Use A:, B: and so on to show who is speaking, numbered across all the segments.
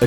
A: A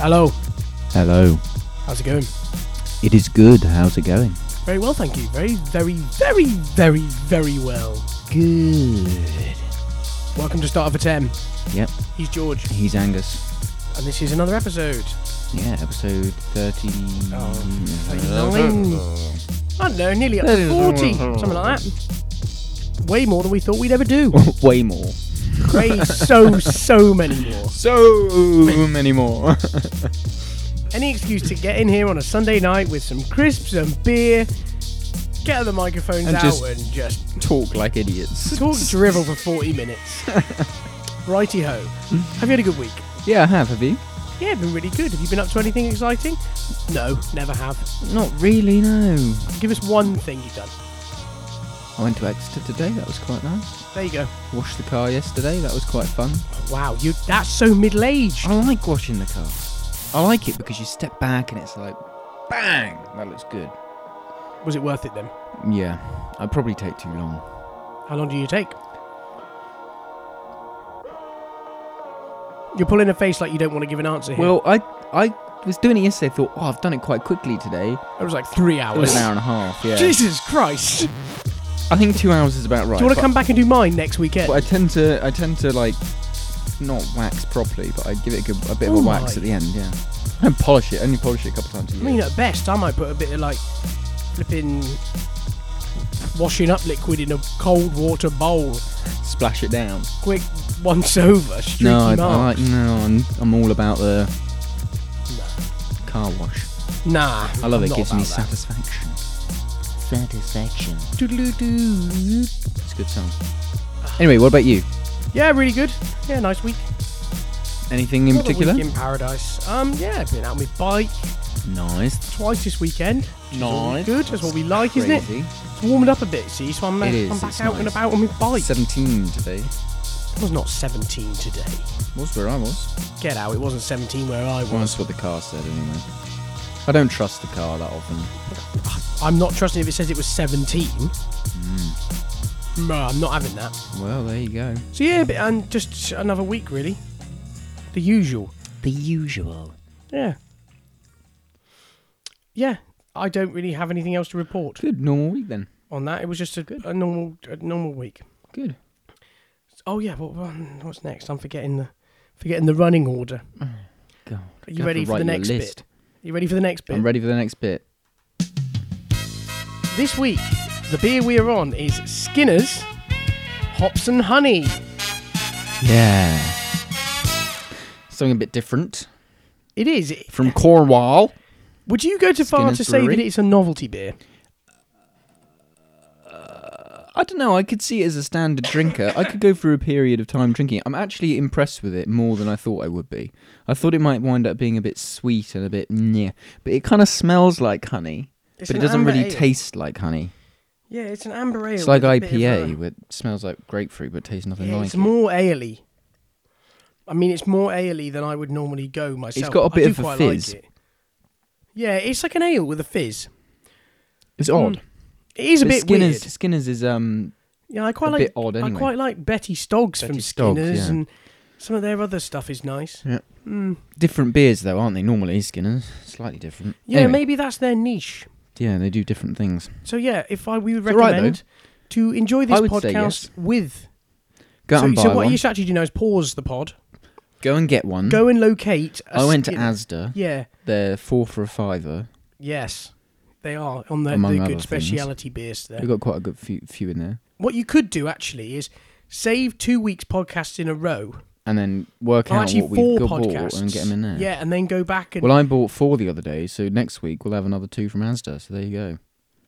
B: Hello,
C: Hello.
B: how's it going?
C: It is good. How's it going?
B: Very well, thank you. Very, very, very, very, very well.
C: Good.
B: Welcome to Start of a 10.
C: Yep.
B: He's George,
C: He's Angus.
B: and this is another episode.
C: Yeah, episode 30. Oh. Uh-huh.
B: Nine, I don't know, nearly up to 40, something like that. Way more than we thought we'd ever do.
C: Way more.
B: Way so, so many more.
C: So many more.
B: Any excuse to get in here on a Sunday night with some crisps and beer, get the microphones
C: And
B: out,
C: just-
B: and just
C: Talk like idiots.
B: talk drivel for 40 minutes. Righty ho. Have you had a good week?
C: Yeah, I have. Have you?
B: Yeah, been really good. Have you been up to anything exciting? No, never have.
C: Not really, no.
B: Give us one thing you've done.
C: I went to Exeter today. That was quite nice.
B: There you go.
C: Washed the car yesterday. That was quite fun.
B: Wow, you that's so middle aged.
C: I like washing the car. I like it because you step back and it's like, bang! That looks good.
B: Was it worth it then?
C: Yeah, I'd probably take too long.
B: How long do you take? You're pulling a face like you don't want to give an answer here.
C: Well, I I was doing it yesterday. Thought, oh, I've done it quite quickly today.
B: it was like three
C: It was
B: hours.
C: an hour and a half. Yeah.
B: Jesus Christ!
C: I think two hours is about right.
B: do you want to
C: but-
B: come back and do mine next weekend?
C: But I tend to I tend to like not wax properly, but I give it a, good, a bit
B: Oh
C: of a wax
B: my.
C: at the end. Yeah. I don't polish it. I Only polish it a couple times a
B: I
C: year.
B: mean, at best, I might put a bit of like flipping washing up liquid in a cold water bowl.
C: Splash it down.
B: Quick once over, streaky
C: No, I, I
B: marks.
C: like no. I'm, I'm all about the car wash.
B: Nah,
C: I love
B: I'm
C: it.
B: not
C: Gives me
B: about that.
C: satisfaction. Satisfaction.
B: Doo-doo-doo.
C: It's a good song. Anyway, what about you?
B: Yeah, really good. Yeah, nice week.
C: Anything in
B: Another
C: particular?
B: week in paradise. Um, yeah, been out on my bike
C: Nice.
B: twice this weekend. which is all
C: Nice.
B: Good. That's what we like, isn't it?
C: Crazy.
B: It's warming up a bit, see. So I'm, uh,
C: It is,
B: I'm back
C: it's
B: out and
C: nice.
B: about on my bike.
C: 17 today.
B: It was not 17 today.
C: Was where I was.
B: Get out. It wasn't 17 where I
C: Well,
B: was.
C: that's what the car said anyway. I don't trust the car that often.
B: I'm not trusting if it says it was 17.
C: Hmm.
B: No, I'm not having that.
C: Well, there you go.
B: So yeah, but, and just another week really. The usual.
C: The usual.
B: Yeah. Yeah. I don't really have anything else to report
C: Good normal week then.
B: on that. It was just a, a normal a normal week.
C: Good.
B: Oh yeah, what, what- what's next? I'm forgetting the forgetting the running order.
C: God.
B: Are you ready for the next bit? Are you ready for the next bit?
C: I'm ready for the next bit.
B: This week, the beer we are on is Skinner's Hops and Honey.
C: Yeah. Something a bit different
B: It is.
C: from Cornwall.
B: Would you go too far
C: Skinner's
B: to say that
C: Brewery?
B: it's a novelty beer?
C: I don't know. I could see it as a standard drinker. I could go through a period of time drinking. it. I'm actually impressed with it more than I thought I would be. I thought it might wind up being a bit sweet and a bit yeah, but it kind of smells like honey,
B: It's
C: but it
B: an
C: doesn't
B: amber
C: really
B: ale.
C: taste like honey.
B: Yeah, it's an amber ale.
C: It's like
B: with a bit of
C: IPA,
B: a-
C: where it smells like grapefruit but tastes nothing
B: Yeah,
C: like
B: it's
C: it.
B: more ale I mean, it's more ale than I would normally go myself.
C: got a
B: but I
C: bit
B: do
C: of a
B: quite
C: fizz.
B: Like it. Yeah, it's like an ale with a fizz.
C: It's odd.
B: It is Mm, a
C: But
B: bit
C: Skinner's
B: weird.
C: Skinner's is um
B: Yeah, I quite
C: a
B: like.
C: bit odd
B: I
C: anyway.
B: quite like Betty Stoggs from
C: Betty Stoggs,
B: Skinner's,
C: yeah.
B: and some of their other stuff is nice.
C: Yeah.
B: Mm.
C: different beers though, aren't they? Normally Skinner's slightly different.
B: Yeah,
C: Anyway,
B: maybe that's their niche.
C: Yeah, they do different things.
B: So yeah, if I we would
C: It's all right,
B: recommend to enjoy this
C: I would
B: podcast
C: say yes.
B: with.
C: Go
B: so,
C: and buy
B: so what
C: one.
B: you should actually do now is pause the pod,
C: Go and get one.
B: go and locate. I
C: I went to ASDA.
B: Yeah.
C: They're four for a fiver.
B: Yes, they are on the,
C: Among
B: the
C: other
B: good
C: things.
B: speciality beers there.
C: We've got quite a good few, few in there.
B: What you could do actually is save two weeks podcasts in a row
C: and then work
B: Oh,
C: out
B: actually,
C: what
B: four
C: we've got bought
B: podcasts.
C: and get them in there.
B: Yeah, and then go back and
C: Well, I bought four the other day, so next week we'll have another two from Asda. So there you go.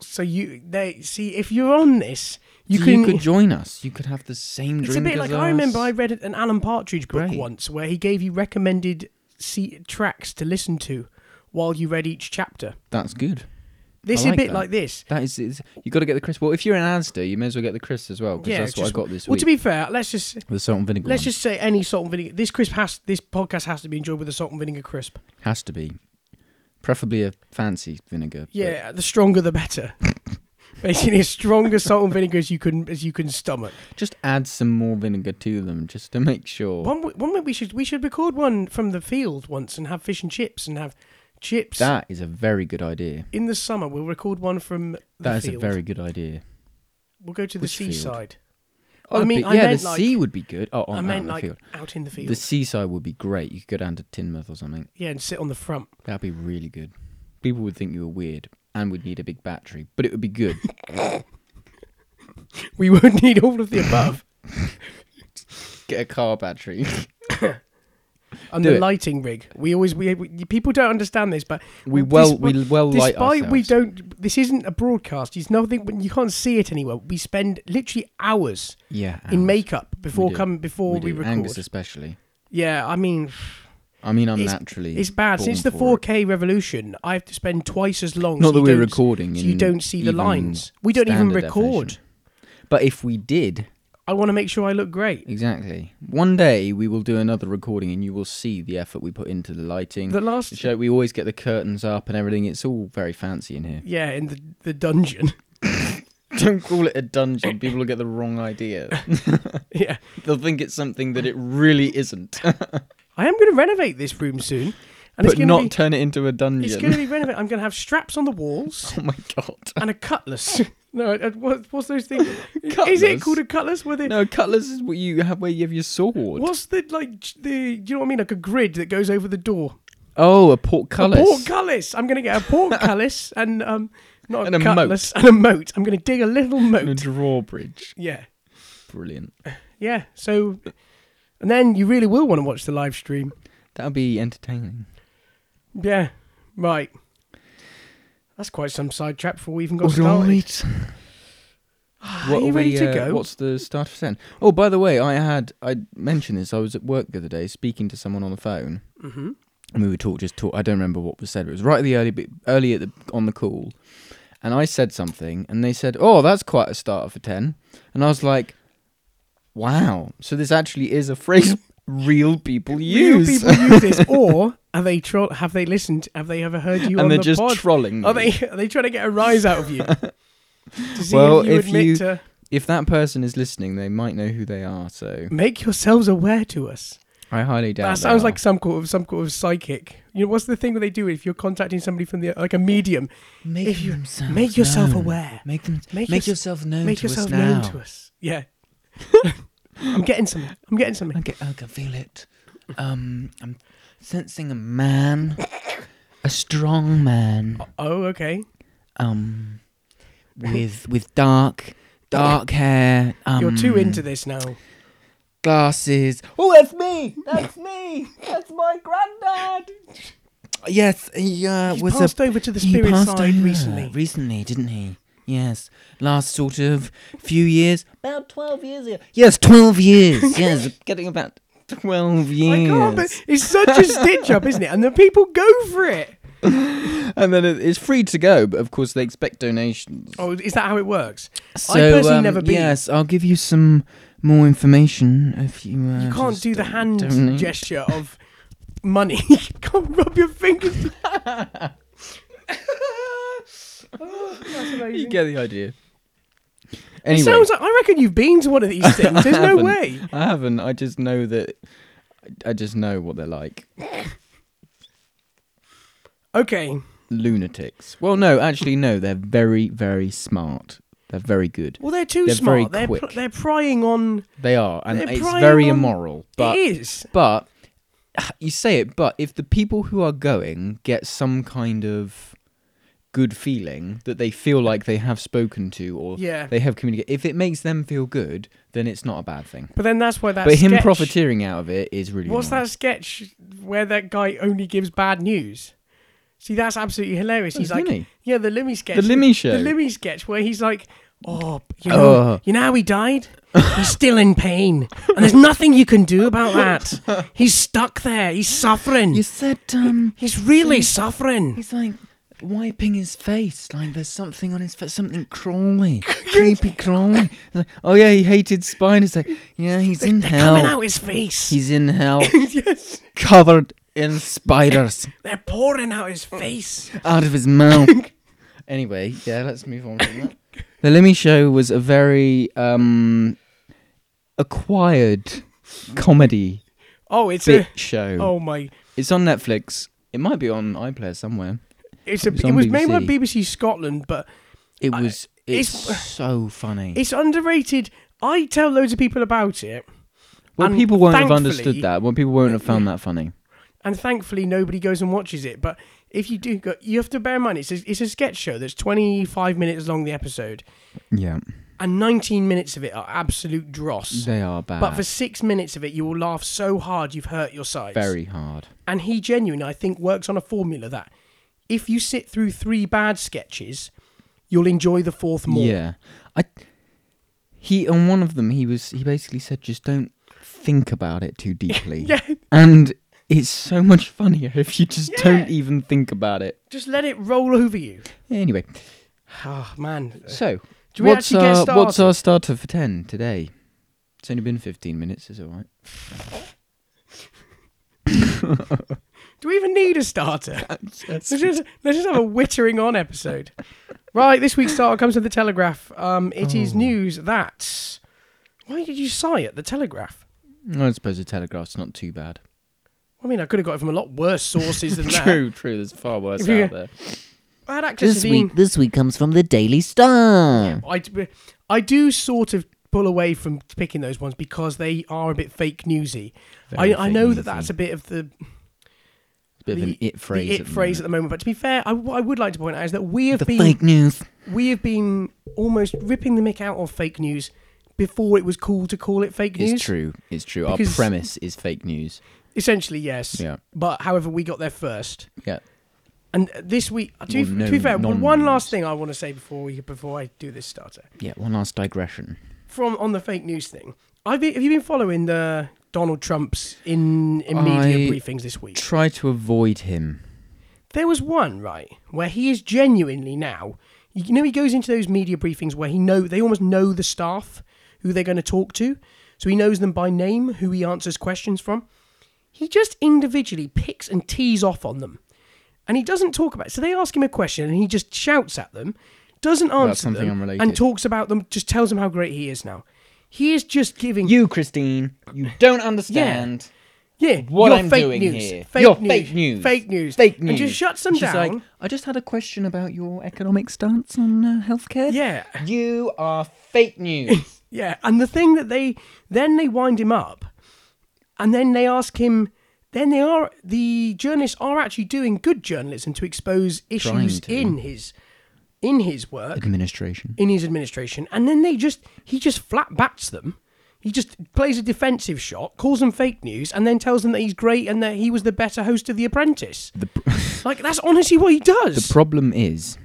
B: so you they see if you're on this, you
C: So
B: can.
C: you could join us. You could have the same
B: it's a
C: drink.
B: bit
C: as
B: like
C: us.
B: I remember I read an Alan Partridge book
C: Great.
B: once where he gave you recommended se- tracks to listen to while you read each chapter.
C: That's good.
B: This
C: I
B: is a
C: like
B: bit
C: that.
B: like this.
C: That is, is you got to get the crisp. Well, if you're an Asda, you may as well get the crisp as well because
B: Yeah,
C: that's what I
B: just-
C: got this
B: Well,
C: week.
B: to be fair, let's just
C: the salt and vinegar.
B: let's
C: one.
B: just say any salt and vinegar. This crisp has this podcast has to be enjoyed with a salt and vinegar crisp.
C: has to be, preferably a fancy vinegar. but-
B: Yeah, the stronger the better. Basically, as stronger salt and vinegar as you can as you can stomach.
C: Just add some more vinegar to them just to make sure.
B: One w- one way we should we should record one from the field once and have fish and chips and have chips
C: That is a very good idea.
B: in the summer. We'll record one from the
C: That is
B: field.
C: a very good idea.
B: We'll go to the
C: Which field?
B: seaside.
C: Oh,
B: I
C: the
B: mean,
C: bit-
B: I
C: yeah,
B: meant
C: the
B: like-
C: sea would be good. Oh, on,
B: I
C: out in
B: meant
C: the
B: like
C: field.
B: out in the field.
C: The seaside would be great. You could go down to Tynmouth or something.
B: yeah, and sit on the front.
C: That'd be really good. People would think you were weird and would need a big battery, but it would be good.
B: We would need all of the above
C: Get a car battery.
B: and
C: Do
B: the
C: it.
B: lighting rig. We always we, we people don't understand this, but
C: We
B: Well,
C: well,
B: this-
C: we well light
B: Despite we
C: ourselves.
B: don't, this isn't a broadcast. It's nothing. when You can't see it anywhere. We spend literally hours
C: Yeah,
B: in
C: ours.
B: makeup before
C: do.
B: come before we,
C: do.
B: record.
C: Angus especially.
B: yeah, I mean,
C: I mean, I'm
B: It's-
C: naturally.
B: it's bad.
C: born
B: Since the
C: for it.
B: 4K revolution, I have to spend twice as long.
C: Not
B: so
C: that
B: you
C: we're
B: don't-
C: recording.
B: so you
C: in
B: don't see the
C: even
B: lines. We don't even
C: standard
B: record.
C: definition. But if we did,
B: I want to make sure I look great.
C: exactly. One day we will do another recording, and you will see the effort we put into the lighting.
B: The last,
C: The show we always get the curtains up and everything. It's all very fancy in here.
B: yeah, in the the dungeon.
C: Don't call it a dungeon. People will get the wrong idea.
B: yeah,
C: They'll think it's something that it really isn't.
B: I am going to renovate this room soon, and it's
C: but
B: going
C: not
B: to be
C: turn it into a
B: it's
C: dungeon.
B: going to be renovated. I'm going to have straps on the walls.
C: Oh my god.
B: and a cutlass. no, uh, what, what's those things? Is it
C: Cutlass?
B: called a cutlass? Where they,
C: No, cutlass is what you have where you have your sword.
B: What's the like j- the? Do you know what I mean? Like a grid that goes over the door.
C: Oh, a
B: A
C: portcullis.
B: portcullis. I'm gonna get a portcullis and um, not a
C: And a moat.
B: cutlass and a moat. I'm gonna dig a little
C: and a
B: moat.
C: drawbridge.
B: yeah,
C: Brilliant.
B: yeah. So, and then you really will want to watch the live stream.
C: That would be entertaining.
B: Yeah, right. That's quite some sidetrack before we even got
C: All
B: started. Ah,
C: right.
B: Are you ready to go?
C: uh, What's the start of ten? Oh, by the way, I had I mentioned this. I was at work the other day speaking to someone on the phone,
B: hmm
C: and we were talk just talk. I don't remember what was said. It was right at the early bit, early at the on the call, and I said something, and they said, "Oh, that's quite a starter for 10. and I was like, "Wow!" So this actually is a phrase real people use,
B: Do people use this, or are they tro- have they listened? Have they ever heard you on
C: and they're
B: the
C: just
B: pod?
C: trolling.
B: Are
C: me.
B: they are they trying to get a rise out of you? To see
C: Well,
B: if you
C: if
B: admit
C: you-
B: to
C: If that person is listening, they might know who they are. So
B: make yourselves aware to us.
C: I highly doubt
B: that sounds
C: they
B: like some sort of some sort of psychic. You know, what's the thing where they do if you're contacting somebody from the like a medium?
C: are. make
B: if you- make yourself aware.
C: Make them
B: Make
C: make
B: yours-
C: yourself known
B: make
C: to
B: yourself
C: us
B: known
C: now.
B: to us. Yeah. I'm getting something. I'm getting
C: I
B: something.
C: can, I can feel it. Um, I'm sensing a man, a strong man.
B: Oh, okay.
C: Um, with with dark dark hair. Um,
B: You're too into this now.
C: glasses. Oh, that's me. That's me. That's my granddad. Yes, he uh,
B: He
C: was a
B: passed over to the
C: He
B: spirit
C: passed
B: side
C: over
B: recently.
C: Recently, didn't he? Yes. Last sort of few years. About 12 years ago. Yes, 12 years. yes, getting about 12
B: I
C: years.
B: can't. But it's such a stitch up, isn't it? And the people go for it.
C: and then it- it's free to go, but of course they expect donations.
B: Oh, is that how it works?
C: So,
B: I personally
C: um,
B: never been.
C: Yes, I'll give you some more information if you. Uh,
B: You can't
C: just
B: do the
C: don't-
B: hand
C: donate.
B: gesture of money. you can't rub your fingers.
C: You
B: It
C: get the idea. Anyway,
B: sounds like I reckon you've been to one of these things. There's no
C: haven't.
B: way.
C: I haven't. I just know that. I just know what they're like.
B: Okay,
C: lunatics. Well, no, actually, no. They're very, very smart. They're very good.
B: well they're too
C: They're
B: smart.
C: very
B: they're
C: quick.
B: they're prying on.
C: They are, and
B: They're
C: it's
B: prying
C: very
B: on-
C: immoral. But
B: it is.
C: but you say it. But if the people who are going get some kind of good feeling that they feel like they have spoken to or
B: Yeah.
C: they have communicated. If it makes them feel good, then it's not a bad thing.
B: But then that's where that.
C: but him
B: sketch-
C: profiteering out of it is really
B: What's that
C: annoying.
B: sketch where that guy only gives bad news? See, that's absolutely hilarious. He's
C: That's
B: like,
C: Lemmy.
B: yeah, the Lemmy sketch,
C: Oh, The Lemmy show.
B: the Lemmy sketch where he's like, oh, you know,
C: Ugh.
B: you know how he died? He's still in pain, and there's nothing you can do about that. He's stuck there. He's suffering.
C: You said um
B: He's really suffering.
C: he's like wiping his face like there's something on his face something crawling creepy crawling Like, oh yeah he hated spiders like yeah he's in
B: Coming
C: hell
B: out his face.
C: he's in hell
B: yes,
C: covered in spiders
B: they're pouring out his face.
C: out of his mouth. anyway, yeah, let's move on from that. The Lemmy Show was a very um, acquired comedy
B: Oh, it's
C: bit
B: a.
C: show.
B: Oh my!
C: It's on Netflix. It might be on iPlayer somewhere.
B: It's a.
C: It's
B: it
C: on
B: was made by
C: BBC.
B: BBC Scotland, but
C: It
B: I-
C: was. it's,
B: it's-
C: so funny.
B: It's underrated. I tell loads of people about it,
C: well,
B: and
C: people won't have
B: thankfully-
C: understood that. Well, people won't have found that funny.
B: and thankfully nobody goes and watches it. But if you do go, you have to bear in mind it's a, it's a sketch show that's 25 minutes long, the episode,
C: Yeah,
B: and 19 minutes of it are absolute dross.
C: they are bad.
B: But for six minutes of it, you will laugh so hard you've hurt your sides.
C: very hard.
B: And he genuinely, I think, works on a formula that if you sit through three bad sketches, you'll enjoy the fourth more.
C: Yeah, I. He on one of them, he was. He basically said, "Just don't think about it too deeply."
B: Yeah.
C: and it's so much funnier if you just
B: Yeah.
C: don't even think about it.
B: Just let it roll over you.
C: Anyway,
B: Oh, man.
C: so
B: Do we
C: what's
B: actually
C: our
B: get started?
C: what's our starter for ten today? It's only been fifteen minutes, is it right?
B: Do we even need a starter? let's, just, let's just have a wittering on episode. Right, this week's starter comes from the Telegraph. Um, it is
C: Oh.
B: news that. Why did you sigh at the Telegraph?
C: I suppose the Telegraph's not too bad.
B: I mean, I could have got it from a lot worse sources than that.
C: True, true. There's far worse
B: If you-
C: out there.
B: I had access
D: This
B: to the.
D: week, this week comes from the Daily Star.
B: I, d- I do sort of pull away from picking those ones because they are a bit fake newsy.
C: Very
B: I, I
C: fake
B: know
C: newsy.
B: that that's a bit of the
C: It's a bit of an
B: the-
C: it phrase.
B: the it
C: at the
B: phrase at
C: moment.
B: the moment. But to be fair, I, what I would like to point out is that we have
D: The
B: been
D: fake news.
B: we have been almost ripping the mick out of fake news before it was cool to call it fake news.
C: It's true. It's true.
B: Because-
C: Our premise is fake news.
B: Essentially, yes.
C: Yeah.
B: But however, we got there first.
C: Yeah.
B: And this week, to,
C: Well,
B: be-
C: no-
B: to be fair,
C: non-
B: one last thing I want to say before we before I do this starter
C: Yeah. One last digression.
B: from on the fake news thing. I've been, have you been following the Donald Trump's in, in media
C: I-
B: briefings this week?
C: Try to avoid him.
B: There was one right where he is genuinely now. You know, he goes into those media briefings where he know they almost know the staff who they're going to talk to, so he knows them by name, who he answers questions from. He just individually picks and tees off on them, and he doesn't talk about. it. So they ask him a question, and he just shouts at them, doesn't answer
C: something
B: them,
C: unrelated.
B: and talks about them. Just tells them how great he is now. He is just giving
C: You, Christine, you don't understand.
B: yeah
C: what
B: you're
C: I'm
B: fake
C: doing
B: news,
C: here.
B: Fake
C: You're
B: news,
C: fake news.
B: fake news,
C: Fake news.
B: and just shuts them
C: She's
B: down.
C: like, I just had a question about your economic stance on uh, healthcare.
B: yeah.
C: You are fake news.
B: Yeah, and the thing that they then they wind him up, and then they ask him. Then they are the journalists are actually doing good journalism to expose issues
C: to.
B: in his in his work
C: Administration.
B: in his administration, and then they just he just flat bats them. He just plays a defensive shot, calls them fake news, and then tells them that he's great and that he was the better host of The Apprentice.
C: The,
B: Like that's honestly what he does.
C: the problem is,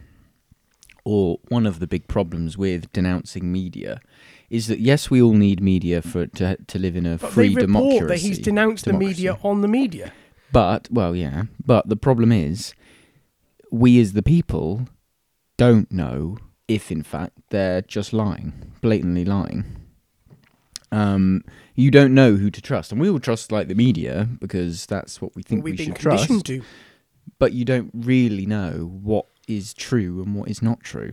C: or one of the big problems with denouncing media, is that yes, we all need media for to, to live in a
B: but
C: free
B: they report
C: democracy.
B: that he's denounced
C: democracy.
B: the media on the media.
C: But well, yeah. But the problem is, we as the people don't know if, in fact, they're just lying, blatantly lying. Um, you don't know who to trust, and we all trust like the media because that's what we think
B: We've
C: we
B: been
C: should
B: conditioned
C: trust.
B: to.
C: But you don't really know what is true and what is not true.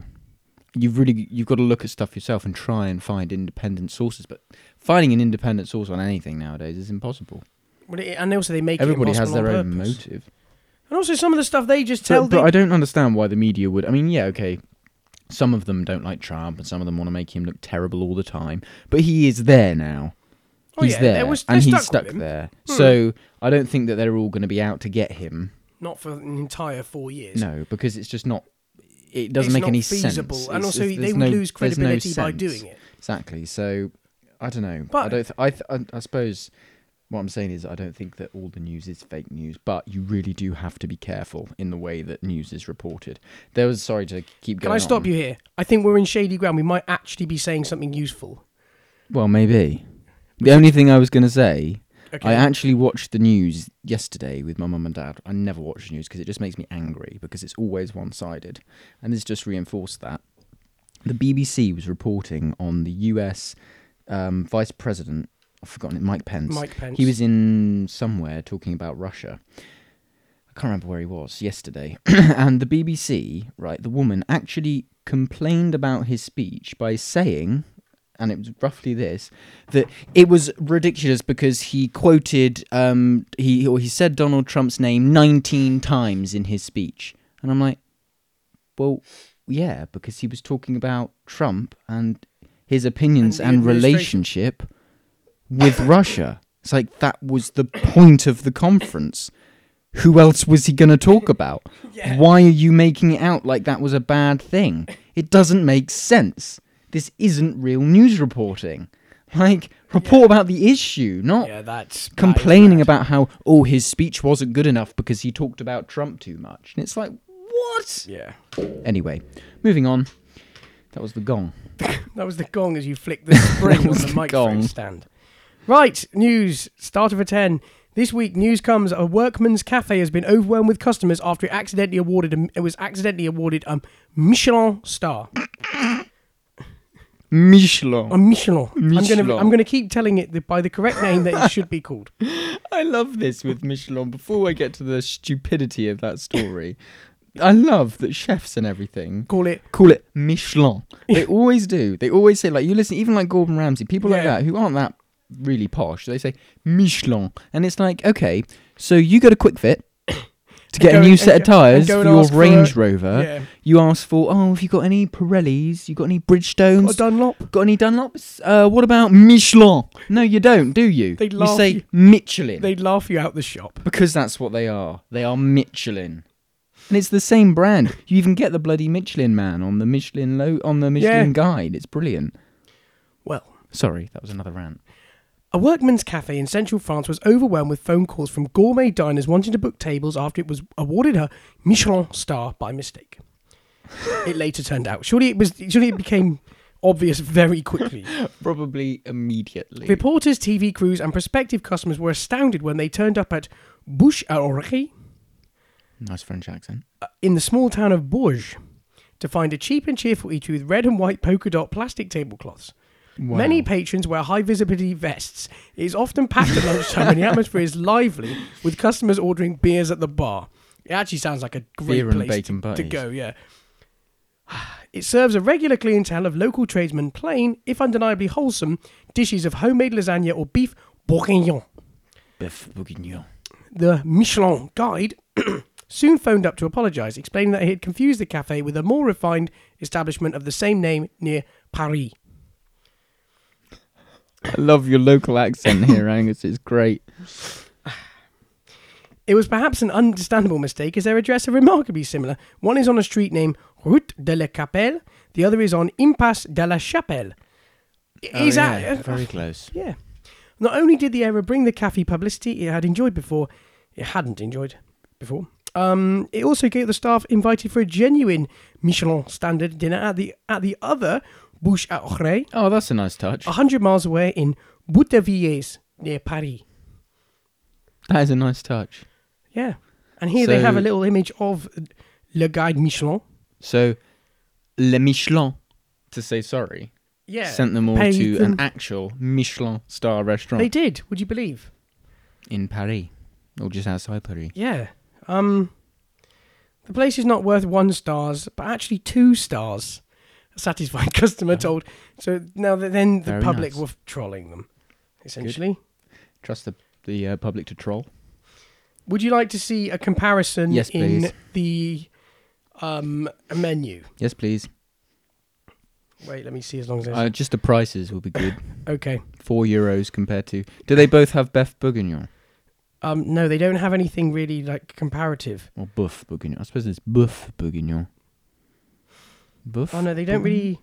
C: You've really you've got to look at stuff yourself and try and find independent sources. But finding an independent source on anything nowadays is impossible.
B: Well, it- And also, they make it
C: Everybody has
B: impossible
C: their
B: on
C: own
B: purpose.
C: motive.
B: And also some of the stuff they just
C: So-
B: tell
C: but
B: the
C: I don't understand why the media would. I mean, yeah, okay. Some of them don't like Trump, and some of them want to make him look terrible all the time. But he is there now.
B: Oh,
C: He's
B: yeah,
C: there,
B: they was-
C: and
B: they're
C: he's
B: stuck with
C: stuck
B: him. Hmm.
C: there. So I don't think that they're all going to be out to get him.
B: not for an entire four years.
C: No, because it's just not. it doesn't
B: It's
C: make
B: not
C: any
B: feasible,
C: sense.
B: and
C: It's-
B: also
C: there's
B: they would
C: no-
B: lose
C: there's no
B: credibility by
C: sense.
B: doing it.
C: Exactly. So I don't know.
B: But-
C: I don't. Th- I, th- I I suppose what I'm saying is I don't think that all the news is fake news, but you really do have to be careful in the way that news is reported. There was sorry to keep going.
B: Can I stop
C: on.
B: you here? I think we're in shady ground. We might actually be saying something useful.
C: Well, maybe. The only thing I was going to say,
B: Okay.
C: I actually watched the news yesterday with my mum and dad. I never watch the news because it just makes me angry because it's always one sided. And this just reinforced that. The BBC was reporting on the US um, Vice President, I've forgotten it, Mike Pence.
B: Mike Pence.
C: He was in somewhere talking about Russia. I can't remember where he was yesterday. and the BBC, right, the woman actually complained about his speech by saying, and it was roughly this, that it was ridiculous because he quoted, um, he or he said Donald Trump's name 19 times in his speech. And I'm like, well, yeah, because he was talking about Trump and his opinions
B: And the
C: and
B: administration.
C: relationship with Russia. It's like that was the point of the conference. Who else was he going to talk about? Why are you making it out like that was a bad thing? It doesn't make sense. This isn't real news reporting. Like, report about the issue, not
B: yeah, that's that is
C: complaining
B: bad.
C: about how, oh, his speech wasn't good enough because he talked about Trump too much. And it's like, what?
B: Yeah,
C: Anyway, moving on. That was the gong.
B: that was the gong as you flicked the spring on
C: was
B: the,
C: the
B: microphone
C: gong.
B: stand. Right, news. Start of a ten. This week, news comes: a workman's cafe has been overwhelmed with customers after it accidentally awarded a, it was accidentally awarded a Michelin star.
C: Michelin.
B: A Michelin. I'm
C: Michelin.
B: gonna I'm gonna keep telling it the, by the correct name that it should be called.
C: I love this with Michelin. Before I get to the stupidity of that story, I love that chefs and everything
B: Call it
C: call it Michelin. They always do. They always say like you listen, even like Gordon Ramsay, people like
B: Yeah.
C: that who aren't that really posh, they say Michelin, and it's like okay, so you go to Quick Fit to
B: go
C: get a
B: and-
C: new
B: and
C: set of
B: go- and
C: tires
B: go
C: for
B: and
C: your
B: ask for a-
C: Range Rover.
B: yeah.
C: You ask for oh, have you got any Pirellis? You got any Bridgestones?
B: a Dunlop.
C: Got any Dunlops? Uh, what about Michelin? No, you don't, do you?
B: They
C: you
B: laugh
C: say
B: you-
C: Michelin.
B: They'd laugh you out the shop.
C: Because that's what they are. They are Michelin. And it's the same brand. You even get the bloody Michelin man on the Michelin lo- on the Michelin
B: Yeah.
C: guide. It's brilliant.
B: Well,
C: Sorry, that was another rant.
B: A workman's cafe in central France was overwhelmed with phone calls from gourmet diners wanting to book tables after it was awarded her Michelin star by mistake. it later turned out. Surely it was surely it became obvious very quickly.
C: Probably immediately.
B: Reporters, TV crews, and prospective customers were astounded when they turned up at Bouche à Oreille
C: nice French accent.
B: uh, in the small town of Bourges to find a cheap and cheerful eatery with red and white polka dot plastic tablecloths. Many patrons wear high visibility vests. It is often packed at lunchtime and the atmosphere is lively with customers ordering beers at the bar. It actually sounds like a great
C: Beer and
B: place to,
C: bacon
B: to
C: butties.
B: go, yeah. It serves a regular clientele of local tradesmen plain, if undeniably wholesome, dishes of homemade lasagna or beef bourguignon.
C: Beef bourguignon.
B: The Michelin guide soon phoned up to apologise, explaining that he had confused the cafe with a more refined establishment of the same name near Paris.
C: I love your local accent here, Angus. It's great.
B: It was perhaps an understandable mistake as their address are remarkably similar. One is on a street named Route de la Capelle, the other is on Impasse de la Chapelle. Is that
C: Oh, very close?
B: yeah. Not only did the error bring the cafe publicity it had enjoyed before, it hadn't enjoyed before. Um, it also gave the staff invited for a genuine Michelin standard dinner at the at the other Bouche à Oreille,
C: Oh, that's a nice touch.
B: hundred miles away in Boutevilliers near Paris.
C: That is a nice touch.
B: Yeah. And here they have
C: So-
B: a little image of Le Guide Michelin.
C: So, Le Michelin, to say sorry,
B: Yeah.
C: sent them all
B: Paid
C: to
B: them-
C: an actual Michelin star restaurant.
B: They did, would you believe?
C: in Paris, or just outside Paris.
B: Yeah. Um The place is not worth one stars, but actually two stars. A satisfied customer told. So now that then the
C: Very
B: public
C: nice.
B: were trolling them, essentially.
C: Trust the the uh, public to troll.
B: Would you like to see a comparison
C: Yes,
B: in
C: please.
B: the um menu?
C: Yes, please.
B: Wait, let me see as long as I
C: Uh, just the prices will be good.
B: Okay.
C: Four euros compared to. Do they both have Bef Bourguignon
B: Um no, they don't have anything really like comparative.
C: or Buff Bourguignon? I suppose it's Buff Bourguignon. Buff.
B: Oh no, they don't really.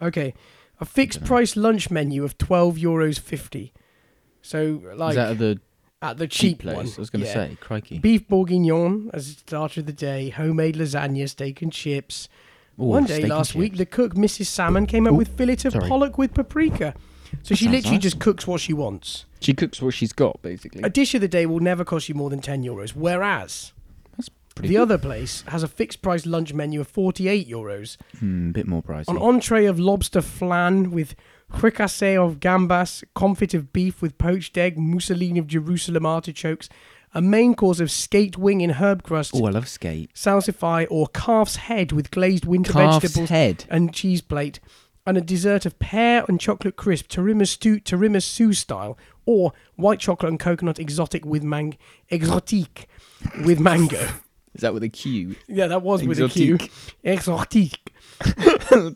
C: Mm.
B: Okay, a fixed price lunch menu of twelve euros fifty. So like
C: Is that at the
B: at the cheap,
C: cheap place?
B: one.
C: I was going to
B: yeah.
C: say, crikey.
B: beef bourguignon as the starter of the day, homemade lasagna, steak and chips.
C: Ooh,
B: One day
C: steak and
B: last week,
C: chips.
B: the cook, Mrs. Salmon, came up
C: Ooh,
B: with fillet of
C: sorry.
B: pollock with paprika. So she
C: sounds
B: literally
C: nice.
B: just cooks what she wants.
C: she cooks what she's got, basically.
B: A dish of the day will never cost you more than 10 euros, whereas
C: That's pretty.
B: the
C: good.
B: other place has a fixed price lunch menu of 48 euros,
C: Hmm, bit more pricey.
B: an entree of lobster flan with fricassee of gambas, confit of beef with poached egg, mousseline of Jerusalem artichokes, a main course of skate wing in herb crust,
C: oh, I love skate.
B: salsify or calf's head with glazed winter
C: Calf's
B: vegetables
C: head.
B: and cheese plate, and a dessert of pear and chocolate crisp, tiramisu, tiramisu style, or white chocolate and coconut exotic with mang exotique with mango.
C: Is that with a Q?
B: yeah, that was with a Q. Exotique.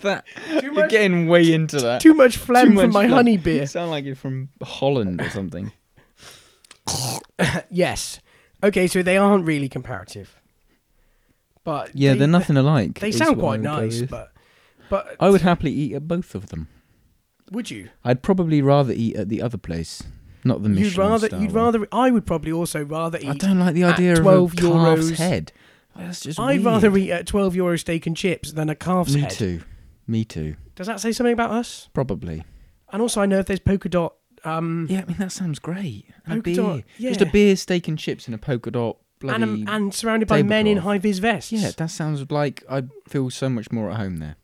C: that
B: Too
C: you're
B: much,
C: getting way into that.
B: too much phlegm
C: Too much
B: from my
C: phlegm.
B: honey
C: You
B: beer.
C: sound like you're from Holland or something.
B: yes. Okay, so they aren't really comparative, but
C: Yeah,
B: they,
C: they're nothing alike.
B: They
C: is
B: sound
C: what
B: quite
C: I would go
B: nice,
C: with. Oh,
B: but but
C: I would happily eat at both of them.
B: would you?
C: I'd probably rather eat at the other place, not the Michelin
B: You'd rather
C: star
B: you'd
C: one.
B: rather I would probably also rather
C: I
B: eat
C: don't like the
B: at
C: idea of
B: 12
C: a calf's
B: euros.
C: head. That's just
B: I'd
C: weird.
B: rather eat a 12 euro steak and chips than a calf's
C: Me
B: head.
C: too. Me too.
B: Does that say something about us?
C: Probably.
B: And also, I know if there's polka dot. Um,
C: Yeah, I mean that sounds great. A
B: Polka
C: beer,
B: dot,
C: just a
B: yeah.
C: beer, steak and chips, and a polka dot. Bloody.
B: and, um, and surrounded by men in
C: tablecloth.
B: high vis vests.
C: yeah, that sounds like I feel so much more at home there.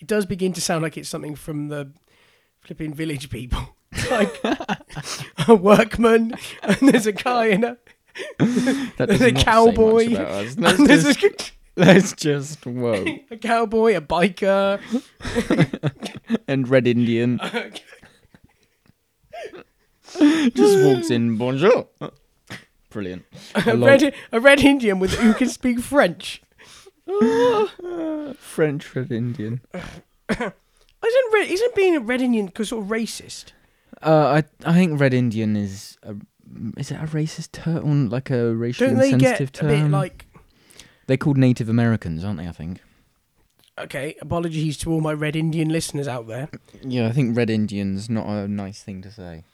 B: It does begin to sound like it's something from the flipping village people. like a workman, and there's a guy in a.
C: That
B: There's
C: does
B: a
C: not
B: cowboy,
C: Say much about us. That's
B: And there's
C: just,
B: a,
C: that's just whoa.
B: a cowboy, a biker.
C: and red Indian. Just walks in, bonjour. Brilliant. I
B: A
C: love
B: red, a red Indian with who can speak French. Ah.
C: French red Indian.
B: Isn't, red, isn't being a red Indian 'cause sort of racist?
C: Uh, I I think red Indian is a, is it a racist term? Like a racially
B: Don't they get
C: insensitive
B: a
C: term?
B: bit like
C: They're called Native Americans, aren't they? I think.
B: Okay, apologies to all my red Indian listeners out there.
C: Yeah, I think red Indian's not a nice thing to say,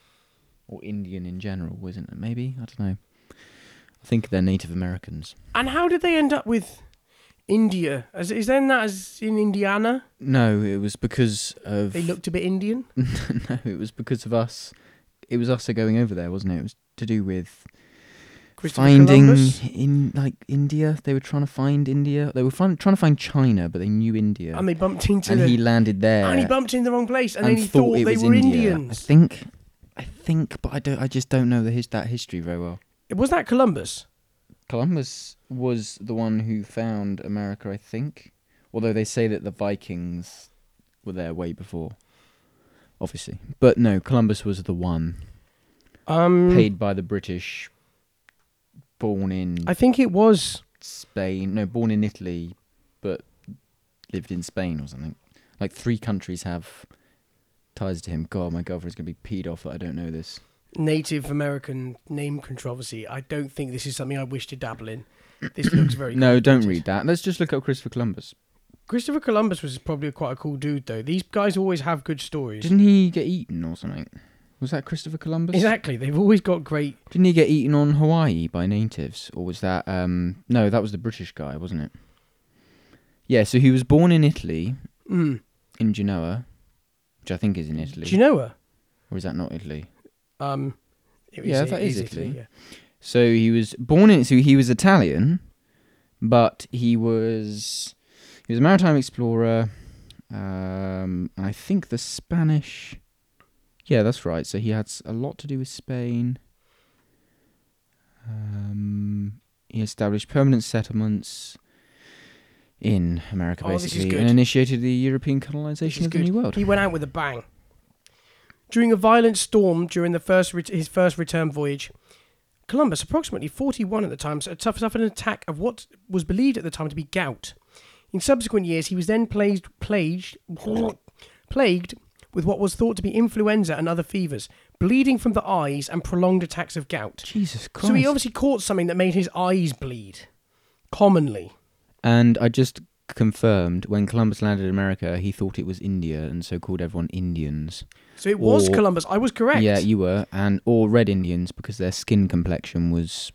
C: or Indian in general, isn't it? Maybe I don't know. I think they're Native Americans.
B: And how did they end up with India? Is, is then that as in Indiana?
C: No, it was because of
B: They looked a bit Indian.
C: no, it was because of us. It was us going over there, wasn't it? It was to do with
B: Christopher
C: finding
B: Columbus?
C: in like India. They were trying to find India. They were fin- trying to find China, but they knew India,
B: And they bumped into
C: and
B: the.
C: he landed there
B: and he bumped in the wrong place, and,
C: and
B: then he thought,
C: it
B: they
C: was
B: were
C: India. I
B: Indians.
C: think, I think, but I don't. I just don't know the his- that history very well.
B: was that Columbus?
C: Columbus was the one who found America, I think. Although they say that the Vikings were there way before, obviously. But no, Columbus was the one.
B: Um,
C: paid by the British, born in
B: I think it was.
C: Spain. No, born in Italy, but lived in Spain or something. Like three countries have ties to him. God, my governor is going to be peed off that I don't know this.
B: Native American name controversy. I don't think this is something I wish to dabble in. This looks very
C: No, don't
B: complicated.
C: read that. Let's just look up Christopher Columbus.
B: Christopher Columbus was probably quite a cool dude, though. These guys always have good stories.
C: Didn't he get eaten or something? Was that Christopher Columbus?
B: Exactly, they've always got great
C: Didn't he get eaten on Hawaii by natives, or was that um? No, that was the British guy, wasn't it? Yeah, so he was born in Italy,
B: Mm.
C: in Genoa, which I think is in Italy.
B: Do you know her?
C: Or is that not Italy?
B: Um, it
C: Yeah,
B: it
C: that is Italy.
B: yeah.
C: So he was born in. So he was Italian, but he was he was a maritime explorer. Um, and I think the Spanish. Yeah, that's right. So he had s- a lot to do with Spain. Um, he established permanent settlements in America,
B: Oh, this is
C: basically,
B: good.
C: and initiated the European colonization
B: It's
C: of
B: good.
C: the New World.
B: He went out with a bang. During a violent storm during the first ret- his first return voyage, Columbus, approximately 41 at the time, su- suffered suffered an attack of what was believed at the time to be gout. In subsequent years, he was then plagued, plagued, plagued with what was thought to be influenza and other fevers, bleeding from the eyes and prolonged attacks of gout.
C: Jesus Christ!
B: So he obviously caught something that made his eyes bleed, commonly.
C: And I just confirmed when Columbus landed in America, he thought it was India and so called everyone Indians.
B: So it was
C: Or-
B: Columbus. I was correct.
C: Yeah, you were, and or red Indians because their skin complexion was,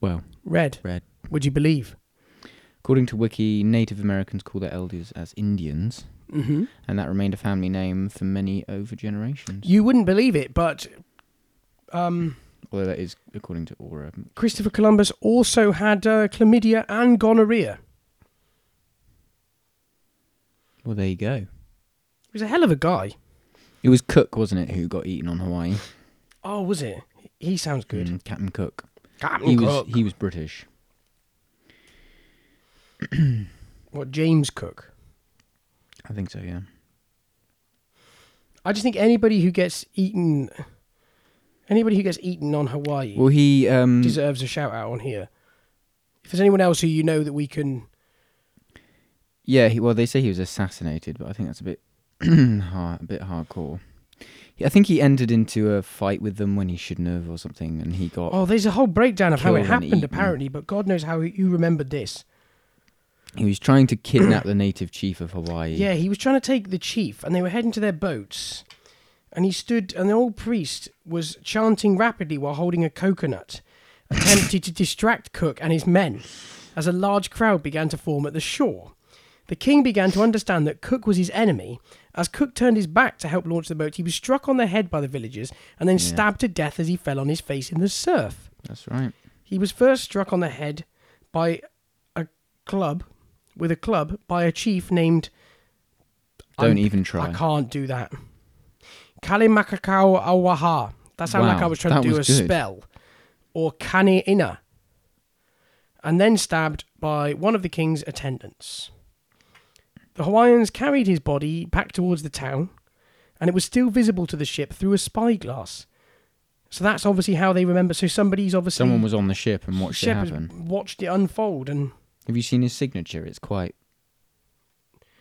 C: well,
B: Red.
C: Red.
B: Would you believe?
C: according to Wiki, Native Americans call their elders as Indians,
B: Mm-hmm.
C: and that remained a family name for many over generations.
B: You wouldn't believe it, but um,
C: Although that is according to Aura.
B: Christopher Columbus also had uh, chlamydia and gonorrhea.
C: Well, there you go.
B: He was a hell of a guy.
C: It was Cook, wasn't it, who got eaten on Hawaii?
B: Oh, was it? He sounds good.
C: Mm, Captain Cook.
B: Captain
C: He was
B: Cook.
C: he was British.
B: What James Cook?
C: I think so. Yeah.
B: I just think anybody who gets eaten, anybody who gets eaten on Hawaii
C: Well, he um,
B: deserves a shout out on here. If there's anyone else who you know that we can,
C: Yeah, he, well, they say he was assassinated, but I think that's a bit hard, a bit hardcore. Yeah, I think he entered into a fight with them when he shouldn't have, or something, and he got
B: oh, there's a whole breakdown of how it
C: Killed and
B: happened
C: eaten.
B: apparently, but God knows how you remembered this.
C: he was trying to kidnap the native chief of Hawaii.
B: Yeah, he was trying to take the chief, and they were heading to their boats. And he stood, and the old priest was chanting rapidly while holding a coconut, attempting to distract Cook and his men as a large crowd began to form at the shore. The king began to understand that Cook was his enemy. As Cook turned his back to help launch the boat, he was struck on the head by the villagers and then
C: Yeah.
B: stabbed to death as he fell on his face in the surf.
C: that's right.
B: He was first struck on the head by a club, with a club, by a chief named.
C: Don't
B: I'm-
C: even try.
B: I can't do that. Kalimakakau Awaha. That sounded like
C: Wow,
B: I was trying to
C: that
B: do a
C: was good.
B: spell. Or Kane Inna. And then stabbed by one of the king's attendants. The Hawaiians carried his body back towards the town, and it was still visible to the ship through a spyglass. So that's obviously how they remember. So somebody's obviously
C: Someone was on the ship and watched
B: Shep
C: it
B: has
C: happen.
B: watched it unfold, and
C: Have you seen his signature? It's quite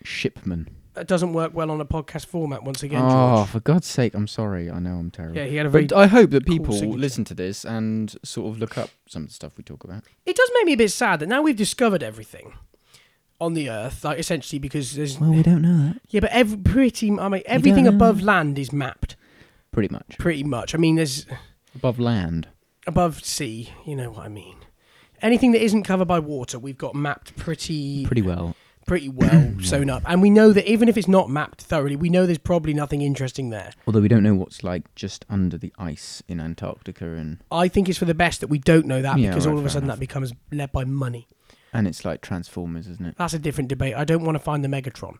C: shipman.
B: that doesn't work well on a podcast format once again.
C: oh,
B: George.
C: for God's sake! I'm sorry. I know I'm terrible.
B: Yeah, he had a very.
C: But I hope that
B: cool
C: people
B: signature.
C: listen to this and sort of look up some of the stuff we talk about.
B: It does make me a bit sad that now we've discovered everything on the Earth, like essentially because there's
D: Well, we don't know that.
B: yeah, but every, pretty I mean everything
D: don't know.
B: above land is mapped
C: Pretty much
B: pretty much. I mean, there's
C: above land.
B: above sea, you know what I mean. Anything that isn't covered by water, we've got mapped pretty
C: Pretty well.
B: pretty well sewn up, and we know that even if it's not mapped thoroughly, we know there's probably nothing interesting there.
C: Although we don't know what's like just under the ice in Antarctica, and
B: I think it's for the best that we don't know that
C: Yeah,
B: because
C: right,
B: all of a
C: fair
B: sudden
C: enough.
B: that becomes led by money.
C: and it's like Transformers, isn't it?
B: That's a different debate. I don't want to find the Megatron.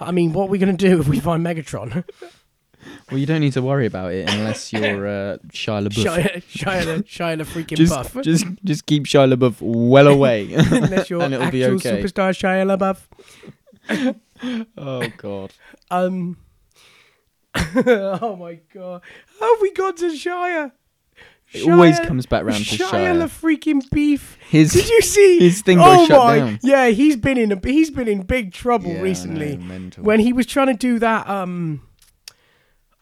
B: I mean, what are we going to do if we find Megatron?
C: Well, you don't need to worry about it unless you're uh, Shia LaBeouf.
B: Shia, Shia, Shia the freaking
C: just,
B: Buff.
C: just, just keep Shia LaBeouf well away.
B: Unless you're
C: and
B: actual
C: it'll be okay.
B: superstar Shia LaBeouf.
C: oh God.
B: Um. oh my god! How have we got to Shia?
C: It always
B: Shia-
C: comes back round to
B: Shia.
C: Shia.
B: the freaking beef.
C: His-
B: Did you see
C: his thing got
B: Oh
C: shut
B: my!
C: down.
B: Yeah, he's been in a he's been in big trouble
C: Yeah, I
B: recently.
C: know, mental.
B: When he was trying to do that, um,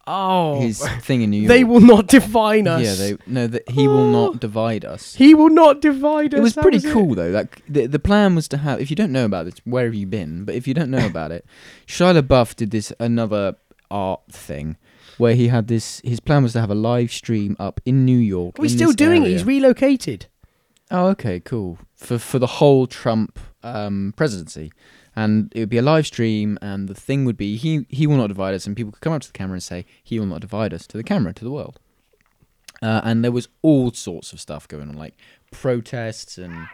B: oh,
C: His thing in New York.
B: they will not define us. Oh.
C: Yeah, they no that he will not divide us.
B: He will not divide us.
C: It was
B: That
C: pretty
B: it.
C: cool though. Like the the plan was to have. If you don't know about this, where have you been? But if you don't know about it, Shia LaBeouf did this another art thing, where he had this. His plan was to have a live stream up in New York.
B: We're
C: in
B: still
C: this
B: doing it.
C: area.
B: He's relocated.
C: oh, okay, cool. For for the whole Trump um, presidency, and it would be a live stream, and the thing would be he he will not divide us, and people could come up to the camera and say he will not divide us to the camera to the world. Uh, and there was all sorts of stuff going on, like protests and.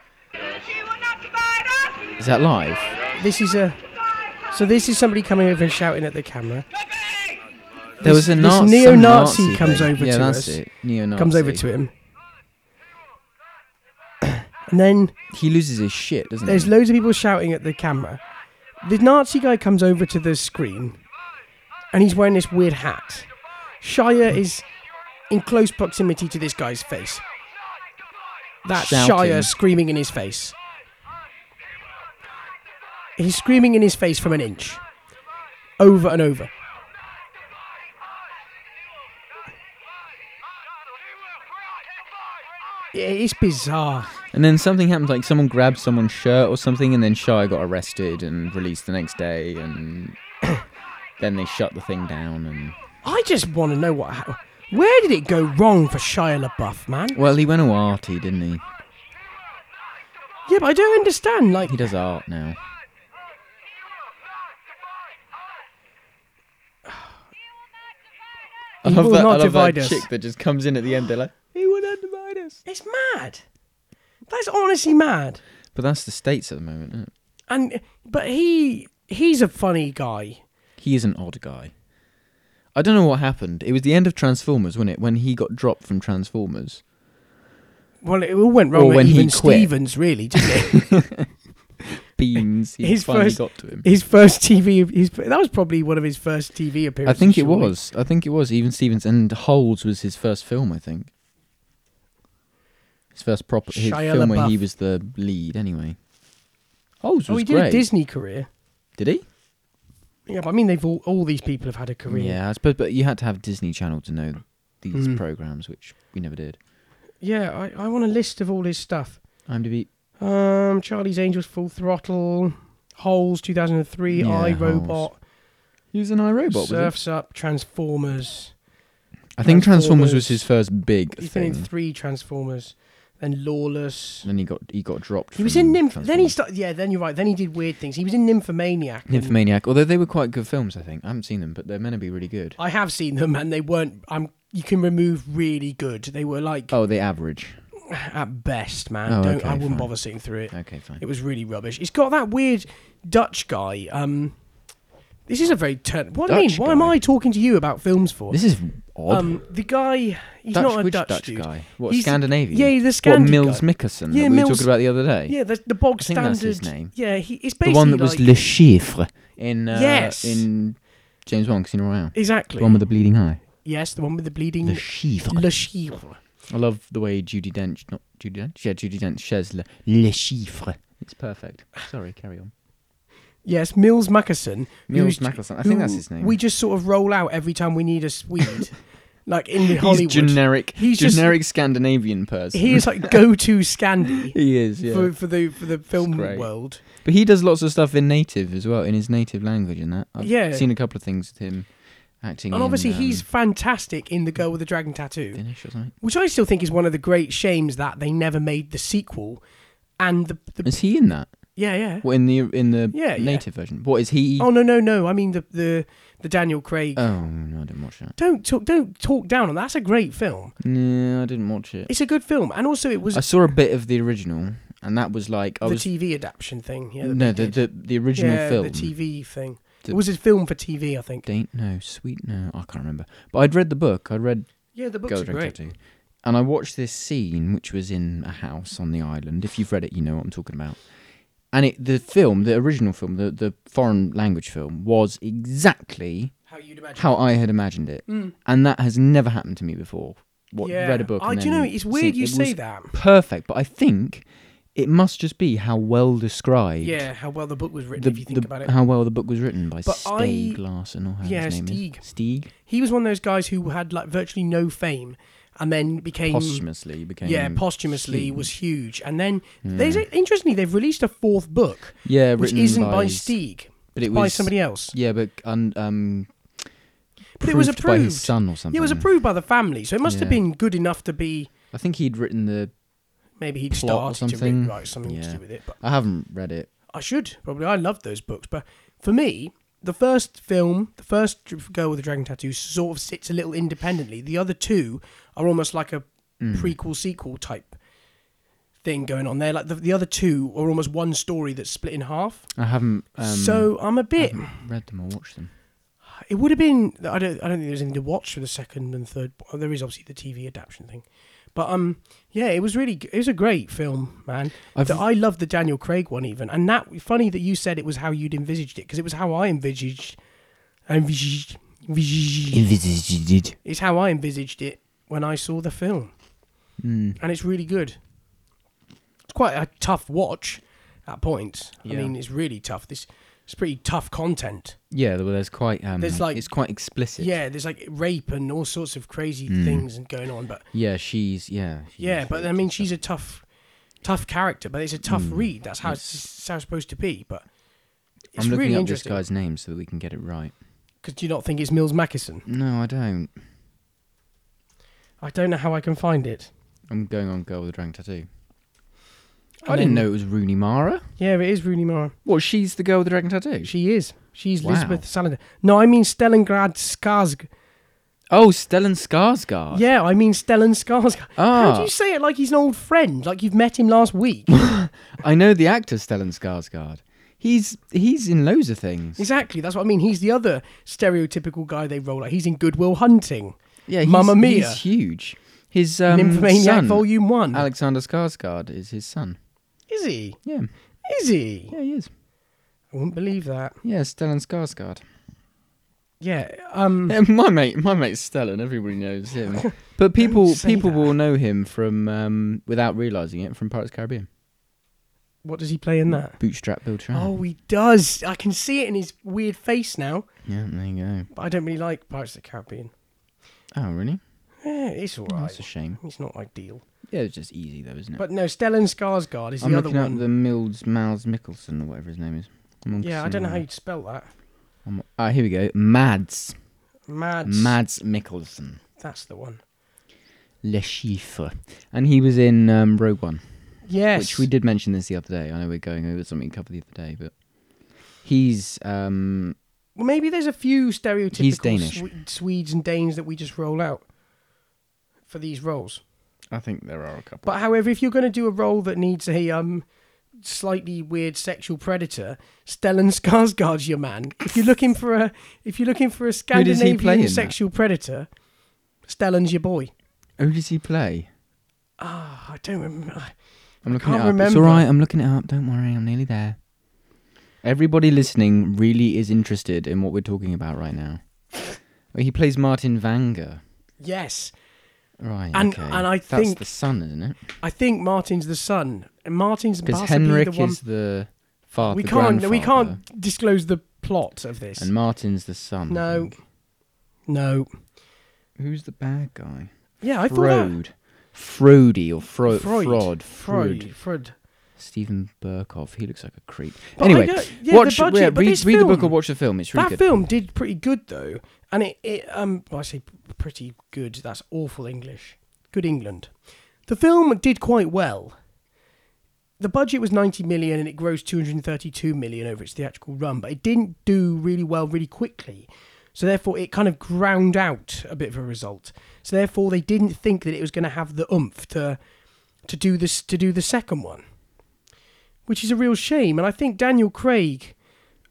C: Is that live?
B: This is a. So this is somebody coming over and shouting at the camera.
C: Oh, There was a
B: this
C: Nazi.
B: neo-Nazi
C: Nazi
B: comes
C: thing.
B: over
C: yeah,
B: to
C: that's
B: us.
C: It. Neo-Nazi.
B: Comes over to him. And then
C: He loses his shit, doesn't
B: there's
C: he?
B: loads of people shouting at the camera. The Nazi guy comes over to the screen, and he's wearing this weird hat. Shia is in close proximity to this guy's face. That's
C: Shouting.
B: Shia screaming in his face. He's screaming in his face from an inch, over and over. Yeah, It's bizarre.
C: And then something happened, like someone grabbed someone's shirt or something, and then Shire got arrested and released the next day, and then they shut the thing down. And
B: I just want to know what. ha- Where did it go wrong for Shia LaBeouf, man?
C: well, he went all arty, didn't he?
B: Yeah, but I don't understand. Like,
C: He does art now. I
B: He
C: love
B: will
C: that.
B: not
C: I love
B: divide
C: that
B: us.
C: chick that just comes in at the end. They're like, "He will not divide us."
B: it's mad. That's honestly mad.
C: But that's the states at the moment. Isn't it?
B: And but he he's a funny guy.
C: He is an odd guy. I don't know what happened. It was the end of Transformers, wasn't it? When he got dropped from Transformers.
B: Well, it all went wrong
C: Or
B: with
C: when he
B: even
C: quit.
B: Stevens, really, didn't it?
C: Beans. He
B: His
C: finally
B: first-
C: got to him.
B: his first TV, his, that was probably one of his first TV
C: I
B: appearances.
C: think it
B: surely.
C: was. I think it was. Even Stevens and Holds was his first film. I think. His first proper his
B: Shia
C: film where he
B: LaBeouf.
C: was the lead. Anyway. Holds
B: Oh,
C: was
B: he did
C: great.
B: a Disney career.
C: Did he?
B: Yeah, but I mean, they've all, all these people have had a career.
C: Yeah, I suppose. But you had to have Disney Channel to know these
B: Mm.
C: programs, which we never did.
B: Yeah, I, I want a list of all his stuff.
C: IMDb.
B: Um, Charlie's Angels, Full Throttle, Holes, 2003,
C: Yeah,
B: I
C: Holes.
B: Robot,
C: He was an iRobot. Was it?
B: Surfs Up, Transformers.
C: I think Transformers was
B: Transformers.
C: his first big
B: He's been
C: thing.
B: in three Transformers, then Lawless.
C: then he got he got dropped.
B: He was
C: from
B: in Nymph. Then he
C: Transformers.
B: started. Yeah, then you're right. Then he did weird things. He was in Nymphomaniac. and
C: Nymphomaniac. Although they were quite good films, I think. I haven't seen them, but they're meant to be really good.
B: I have seen them, and they weren't. I'm. You can remove really good. They were like
C: Oh, the average.
B: at best, man.
C: Oh,
B: Don't.
C: okay,
B: I wouldn't
C: fine.
B: bother sitting through it.
C: Okay, fine.
B: It was really rubbish. It's got that weird Dutch guy. Um, this is a very turn. What do I mean?
C: Dutch
B: Why am
C: guy?
B: I talking to you about films for?
C: This is odd.
B: um, the guy. He's
C: Dutch,
B: not a
C: which
B: Dutch,
C: Dutch
B: dude.
C: guy. What
B: He's-
C: Scandinavian?
B: Yeah, the
C: What
B: Scandi
C: Mills
B: guy. Yeah,
C: Mickelson that we were
B: Mills-
C: talking about the other day.
B: Yeah, the, the bog
C: I think
B: standard.
C: that's his name.
B: Yeah, he, it's
C: the
B: basically
C: one that was
B: like,
C: Le Chiffre in uh,
B: Yes.
C: in James Bond Casino Royale.
B: exactly.
C: The one with the bleeding eye.
B: yes, the one with the bleeding.
C: Le Chiffre.
B: Le Chiffre.
C: I love the way Judy Dench, not Judy Dench, yeah, Judy Dench says Le, Le Chiffre. It's perfect. Sorry, carry on.
B: Yes, Mills Mackerson. who's-
C: Mills Mickelson. I think that's
B: who
C: his name.
B: We just sort of roll out every time we need a Swede, like in the Hollywood.
C: He's generic.
B: He's just-
C: generic Scandinavian person.
B: He is like go-to Scandi
C: He is, yeah.
B: for, for the for the film
C: great.
B: world.
C: but he does lots of stuff in native as well, in his native language, and that. I've
B: Yeah.
C: seen a couple of things with him acting.
B: And obviously,
C: in, um,
B: he's fantastic in The Girl with the Dragon Tattoo,
C: Finnish or something.
B: which I still think is one of the great shames that they never made the sequel. And the, the
C: Is he in that?
B: yeah, yeah.
C: What in the in the
B: Yeah, yeah.
C: native version? What is he?
B: Oh no, no, no! I mean the the the Daniel Craig.
C: Oh, no, I didn't watch that.
B: don't talk, don't talk down on that. That's a great film.
C: No, I didn't watch it.
B: It's a good film, and also it was
C: I saw a bit of the original, and that was like I
B: the
C: was
B: TV adaptation thing. Yeah, that
C: no
B: they
C: the,
B: did.
C: the the original
B: yeah,
C: film.
B: the TV thing.
C: The-
B: it was a film for TV, I think.
C: Date no, sweet no, I can't remember. But I'd read the book. I'd read
B: Yeah, the books
C: Girl
B: are
C: Drink
B: great.
C: Tattoo. And I watched this scene, which was in a house on the island. If you've read it, you know what I'm talking about. And it, the film, the original film, the, the foreign language film, was exactly
B: How you'd imagine.
C: how I had imagined it.
B: Mm.
C: And that has never happened to me before. What,
B: yeah.
C: Read a book.
B: I
C: and
B: do you
C: then
B: know it's weird
C: seen-
B: you
C: it
B: say
C: was
B: that.
C: Perfect, but I think it must just be how well described.
B: Yeah, how well the book was written.
C: The,
B: if you think
C: the-
B: about it,
C: How well the book was written by
B: But
C: Stieg
B: I-
C: Larsson, or how
B: Yeah,
C: his name
B: Stieg.
C: is. Stieg.
B: he was one of those guys who had like virtually no fame, and then became
C: Posthumously became.
B: yeah posthumously was huge. And then
C: Yeah.
B: there's interestingly they've released a fourth book,
C: Yeah,
B: which
C: written
B: isn't by
C: Stieg.
B: Stieg,
C: But it
B: by
C: was
B: somebody else.
C: Yeah, but un, um,
B: But it was
C: proofed by
B: approved.
C: his son or something.
B: Yeah, it was approved by the family, so it must have
C: Yeah.
B: been good enough to be.
C: I think he'd written the.
B: Maybe he'd
C: Plot or
B: started to
C: something.
B: re- write something to
C: Yeah.
B: do with it, but
C: I haven't read it.
B: I should probably. I love those books, but for me, the first film, the first Dr- Girl with the Dragon Tattoo, sort of sits a little independently. The other two are almost like a
C: Hmm. Mm.
B: prequel sequel type thing going on there. Like the, the other two are almost one story that's split in half.
C: I haven't. Um,
B: so I'm a bit.
C: read them or watched them.
B: It would have been. I don't. I don't think there's anything to watch for the second and third. oh, There is obviously the TV adaptation thing, but um, yeah, it was really. g- It was a great film, man.
C: I've-
B: The- I love the Daniel Craig one even, and that funny that you said it was how you'd envisaged it because it was how I envisaged. Envisaged. envisaged-
D: Envisaged.
B: It's how I envisaged it when I saw the film,
C: Mm.
B: and it's really good. It's quite a tough watch, at points. I
C: Yeah.
B: mean, it's really tough. This. It's pretty tough content.
C: Yeah, well, there's quite. Um,
B: There's like-
C: it's quite explicit.
B: Yeah, there's like rape and all sorts of crazy
C: Mm.
B: things and going on, but
C: Yeah, she's yeah. she's
B: Yeah, but I
C: raped
B: mean,
C: and stuff.
B: she's a tough tough character, but it's a tough
C: Hmm.
B: read. That's how it's, how it's supposed to be. But it's
C: I'm looking
B: really
C: up this
B: interesting.
C: guy's name so that we can get it right.
B: Because do you not think it's Mills Mackison?
C: No, I don't.
B: I don't know how I can find it.
C: I'm going on Girl with a Dragon Tattoo. I
B: And
C: didn't
B: then-
C: know it was Rooney Mara.
B: Um, Yeah, it is Rooney Mara.
C: Well, she's the girl with the dragon tattoo.
B: She is. She's
C: Wow.
B: Elizabeth Salander. No, I mean Stellengrad Skarsgård.
C: oh, Stellan Skarsgård.
B: Yeah, I mean Stellan Skarsgård. How do
C: Ah.
B: you say it like he's an old friend? Like you've met him last week?
C: I know the actor Stellan Skarsgård. He's he's in loads of things.
B: exactly. That's what I mean. He's the other stereotypical guy they roll out. He's in Goodwill Hunting.
C: yeah, he's,
B: Mamma Mia.
C: He's huge. His um,
B: Nymphomaniac
C: son,
B: Volume 1.
C: Alexander Skarsgård, is his son.
B: Is he?
C: Yeah,
B: Is he?
C: yeah, he is.
B: I wouldn't believe that.
C: Yeah, Stellan Skarsgård.
B: Yeah. Um.
C: Yeah, my mate, my mate Stellan. Everybody knows him, but people
B: say
C: people
B: that.
C: will know him from um, without realizing it from Pirates of the Caribbean.
B: What does he play in that?
C: Bootstrap Bill Tran.
B: Oh, he does. I can see it in his weird face now.
C: yeah, there you go.
B: But I don't really like Pirates of the Caribbean.
C: Oh, really?
B: Yeah, it's all right.
C: That's a shame.
B: It's not ideal.
C: Yeah, it's just easy though, isn't it?
B: But no, Stellan Skarsgård is
C: I'm
B: the other
C: looking
B: one.
C: up the Milds Miles Mickelson or whatever his name is.
B: Yeah, I don't know how you'd spell that.
C: you. Ah, here we go. Mads.
B: Mads.
C: Mads Mickelson.
B: That's the one.
C: Le Chiffre. And he was in um, Rogue One,
B: Yes.
C: which we did mention this the other day. I know we're going over something we covered the other day, but he's um,
B: Well, maybe there's a few stereotypical
C: Danish.
B: Swe- Swedes and Danes that we just roll out for these roles.
C: I think there are a couple.
B: But however, if you're going to do a role that needs a um slightly weird sexual predator, Stellan Skarsgård's your man. If you're looking for a if you're looking for a
C: play in
B: Scandinavian
C: that?
B: sexual predator, Stellan's your boy.
C: Who does he play?
B: Ah, I don't remember.
C: I'm looking
B: can't
C: it up. It's
B: remember.
C: all right. I'm looking it up. Don't worry. I'm nearly there. Everybody listening really is interested in what we're talking about right now. He plays Martin Vanger.
B: Yes,
C: Right.
B: And-
C: okay.
B: and I
C: That's
B: think-
C: the son, isn't it?
B: I think Martin's the son, and Martin's
C: Because
B: possibly
C: Henrik
B: the one.
C: is the father.
B: we
C: the
B: can't we
C: grandfather,
B: can't disclose the plot of this.
C: And Martin's the son. I
B: No.
C: think.
B: No.
C: Who's the bad guy?
B: Yeah, I thought that.
C: Frode. Frody or Fro-
B: Freud. Freud.
C: Frod. Freud.
B: Freud.
C: Stephen Burkhoff. He looks like a creep.
B: But I
C: anyway,
B: know- yeah, the
C: watch.
B: budget,
C: yeah,
B: but
C: read,
B: this
C: read the book or
B: film-
C: watch the film. It's really
B: That
C: good.
B: film did pretty good though, and it, it um well, I say p- pretty good. That's awful English. Good England. The film did quite well. The budget was 90 million and it grossed 232 million over its theatrical run, but it didn't do really well really quickly. So therefore it kind of ground out a bit of a result. So therefore they didn't think that it was going to have the oomph to to do this to do the second one. Which is a real shame and I think Daniel Craig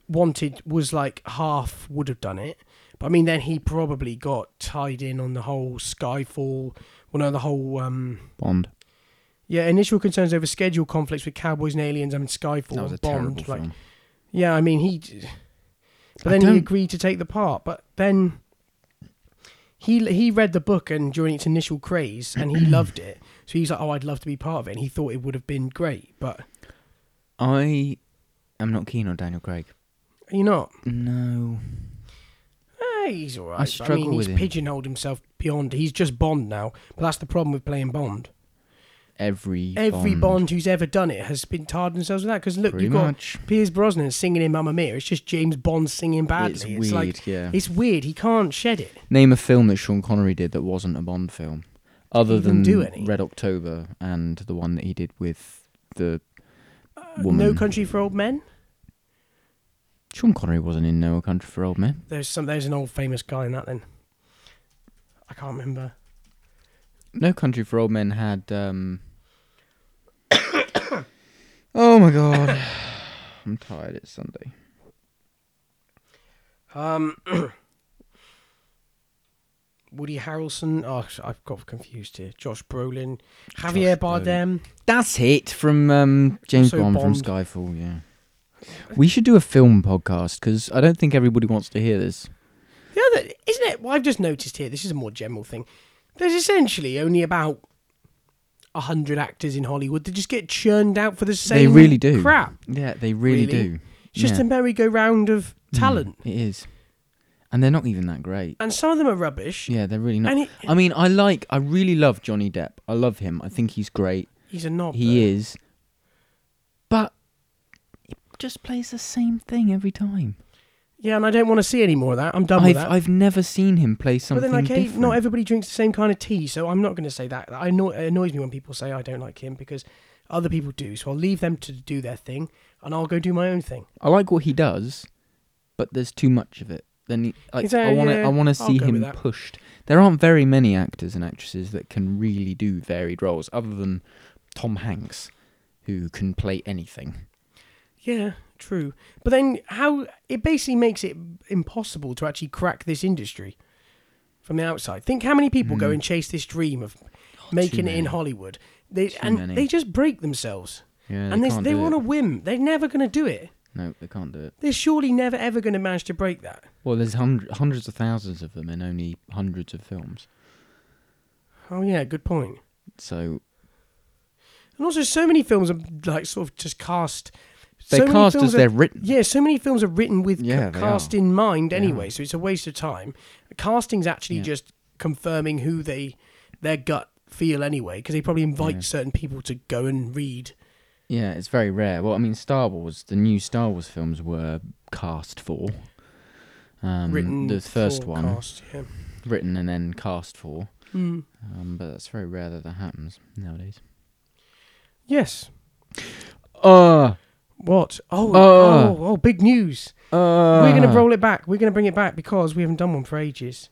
B: wanted was like half would have done it. But I mean, then he probably got tied in on the whole Skyfall, well, no, the whole um,
C: Bond.
B: yeah initial concerns over schedule conflicts with Cowboys and Aliens. I mean, Skyfall,
C: That was a
B: Bond,
C: terrible
B: like
C: film.
B: yeah, I mean he, but
C: I
B: then he
C: don't-
B: agreed to take the part. But then he he read the book and during its initial craze, and he loved it. So he's like, oh, I'd love to be part of it. And he thought it would have been great, but
C: I am not keen on Daniel Craig.
B: you're not.
C: No.
B: Eh, he's all right. but I,
C: struggle
B: mean, he's
C: with him.
B: pigeonholed himself beyond. He's just Bond now. But that's the problem with playing Bond.
C: Every
B: Every Bond, who's ever done it has been tired themselves with that. Because look,
C: Pretty
B: you've got
C: much.
B: Piers Brosnan singing in Mamma Mia. It's just James Bond singing badly.
C: It's
B: It's,
C: weird,
B: like,
C: yeah.
B: It's weird. He can't shed it.
C: Name a film that Sean Connery did that wasn't a Bond film, other
B: Even
C: than
B: do any?
C: Red October and the one that he did with the woman.
B: No Country for Old Men.
C: Sean Connery wasn't in No Country for Old Men.
B: There's some. There's an old famous guy in that. Then I can't remember.
C: No Country for Old Men had. Um... oh my god, I'm tired. It's Sunday.
B: Um, Woody Harrelson. Oh, I've got confused here. Josh Brolin, Javier
C: Brolin.
B: Bardem.
C: That's it from um, James
B: So
C: Bond,
B: Bond.
C: from Skyfall. Yeah. We should do a film podcast because I don't think everybody wants to hear this.
B: The other, isn't it? Well, I've just noticed here. This is a more general thing. There's essentially only about a hundred actors in Hollywood that just get churned out for the same.
C: they really do.
B: crap.
C: Yeah, they really,
B: Really.
C: do.
B: It's just
C: Yeah. Mm.
B: a merry-go-round of talent,
C: It is. And they're not even that great.
B: and some of them are rubbish.
C: Yeah, they're really not.
B: And it-
C: I mean, I like, I really love Johnny Depp. I love him. I think he's great.
B: He's a knob.
C: He is. But he just plays the same thing every time.
B: Yeah, and I don't want to see any more of that. I'm done with
C: I've
B: that.
C: I've never seen him play
B: but
C: something
B: then, like, hey,
C: different.
B: not everybody drinks the same kind of tea, so I'm not going to say that. I anno- it annoys me when people say I don't like him because other people do. So I'll leave them to do their thing, and I'll go do my own thing.
C: I like what he does, but there's too much of it. Then he- like,
B: Is there-
C: I want to
B: yeah,
C: I want
B: uh,
C: to
B: I'll
C: see
B: go with
C: him
B: that.
C: pushed. There aren't very many actors and actresses that can really do varied roles, other than Tom Hanks, who can play anything.
B: Yeah, true. But then, how it basically makes it impossible to actually crack this industry from the outside. Think how many people go and chase this dream of making it in
C: Hmm. Oh, many.
B: Hollywood, they,
C: Too
B: and
C: many.
B: they just break themselves.
C: Yeah, they
B: and they,
C: can't
B: they
C: do
B: were on
C: it.
B: a whim. They're never going to do it.
C: No, they can't do it.
B: They're surely never ever going to manage to break that.
C: Well, there's hundred, hundreds of thousands of them in only hundreds of films.
B: Oh yeah, good point.
C: So
B: And also, so many films are like sort of just cast.
C: They're
B: so many
C: cast
B: films
C: as
B: are-
C: they're written.
B: Yeah, so many films are written with c-
C: Yeah, they
B: cast
C: are.
B: in mind
C: They
B: anyway,
C: are.
B: so it's a waste of time. Casting's actually
C: Yeah.
B: just confirming who they their gut feel anyway, because they probably invite certain people to go and read.
C: yeah, it's very rare. Well, I mean, Star Wars, the new Star Wars films were cast for. Um,
B: written
C: the first
B: for
C: one
B: Cast, yeah.
C: written and then cast for.
B: Mm.
C: Um, but that's very rare that that happens nowadays.
B: Yes.
C: Uh,
B: What? Oh,
C: Uh.
B: oh, oh! Big news.
C: uh,
B: We're gonna roll it back. We're gonna bring it back because we haven't done one for ages,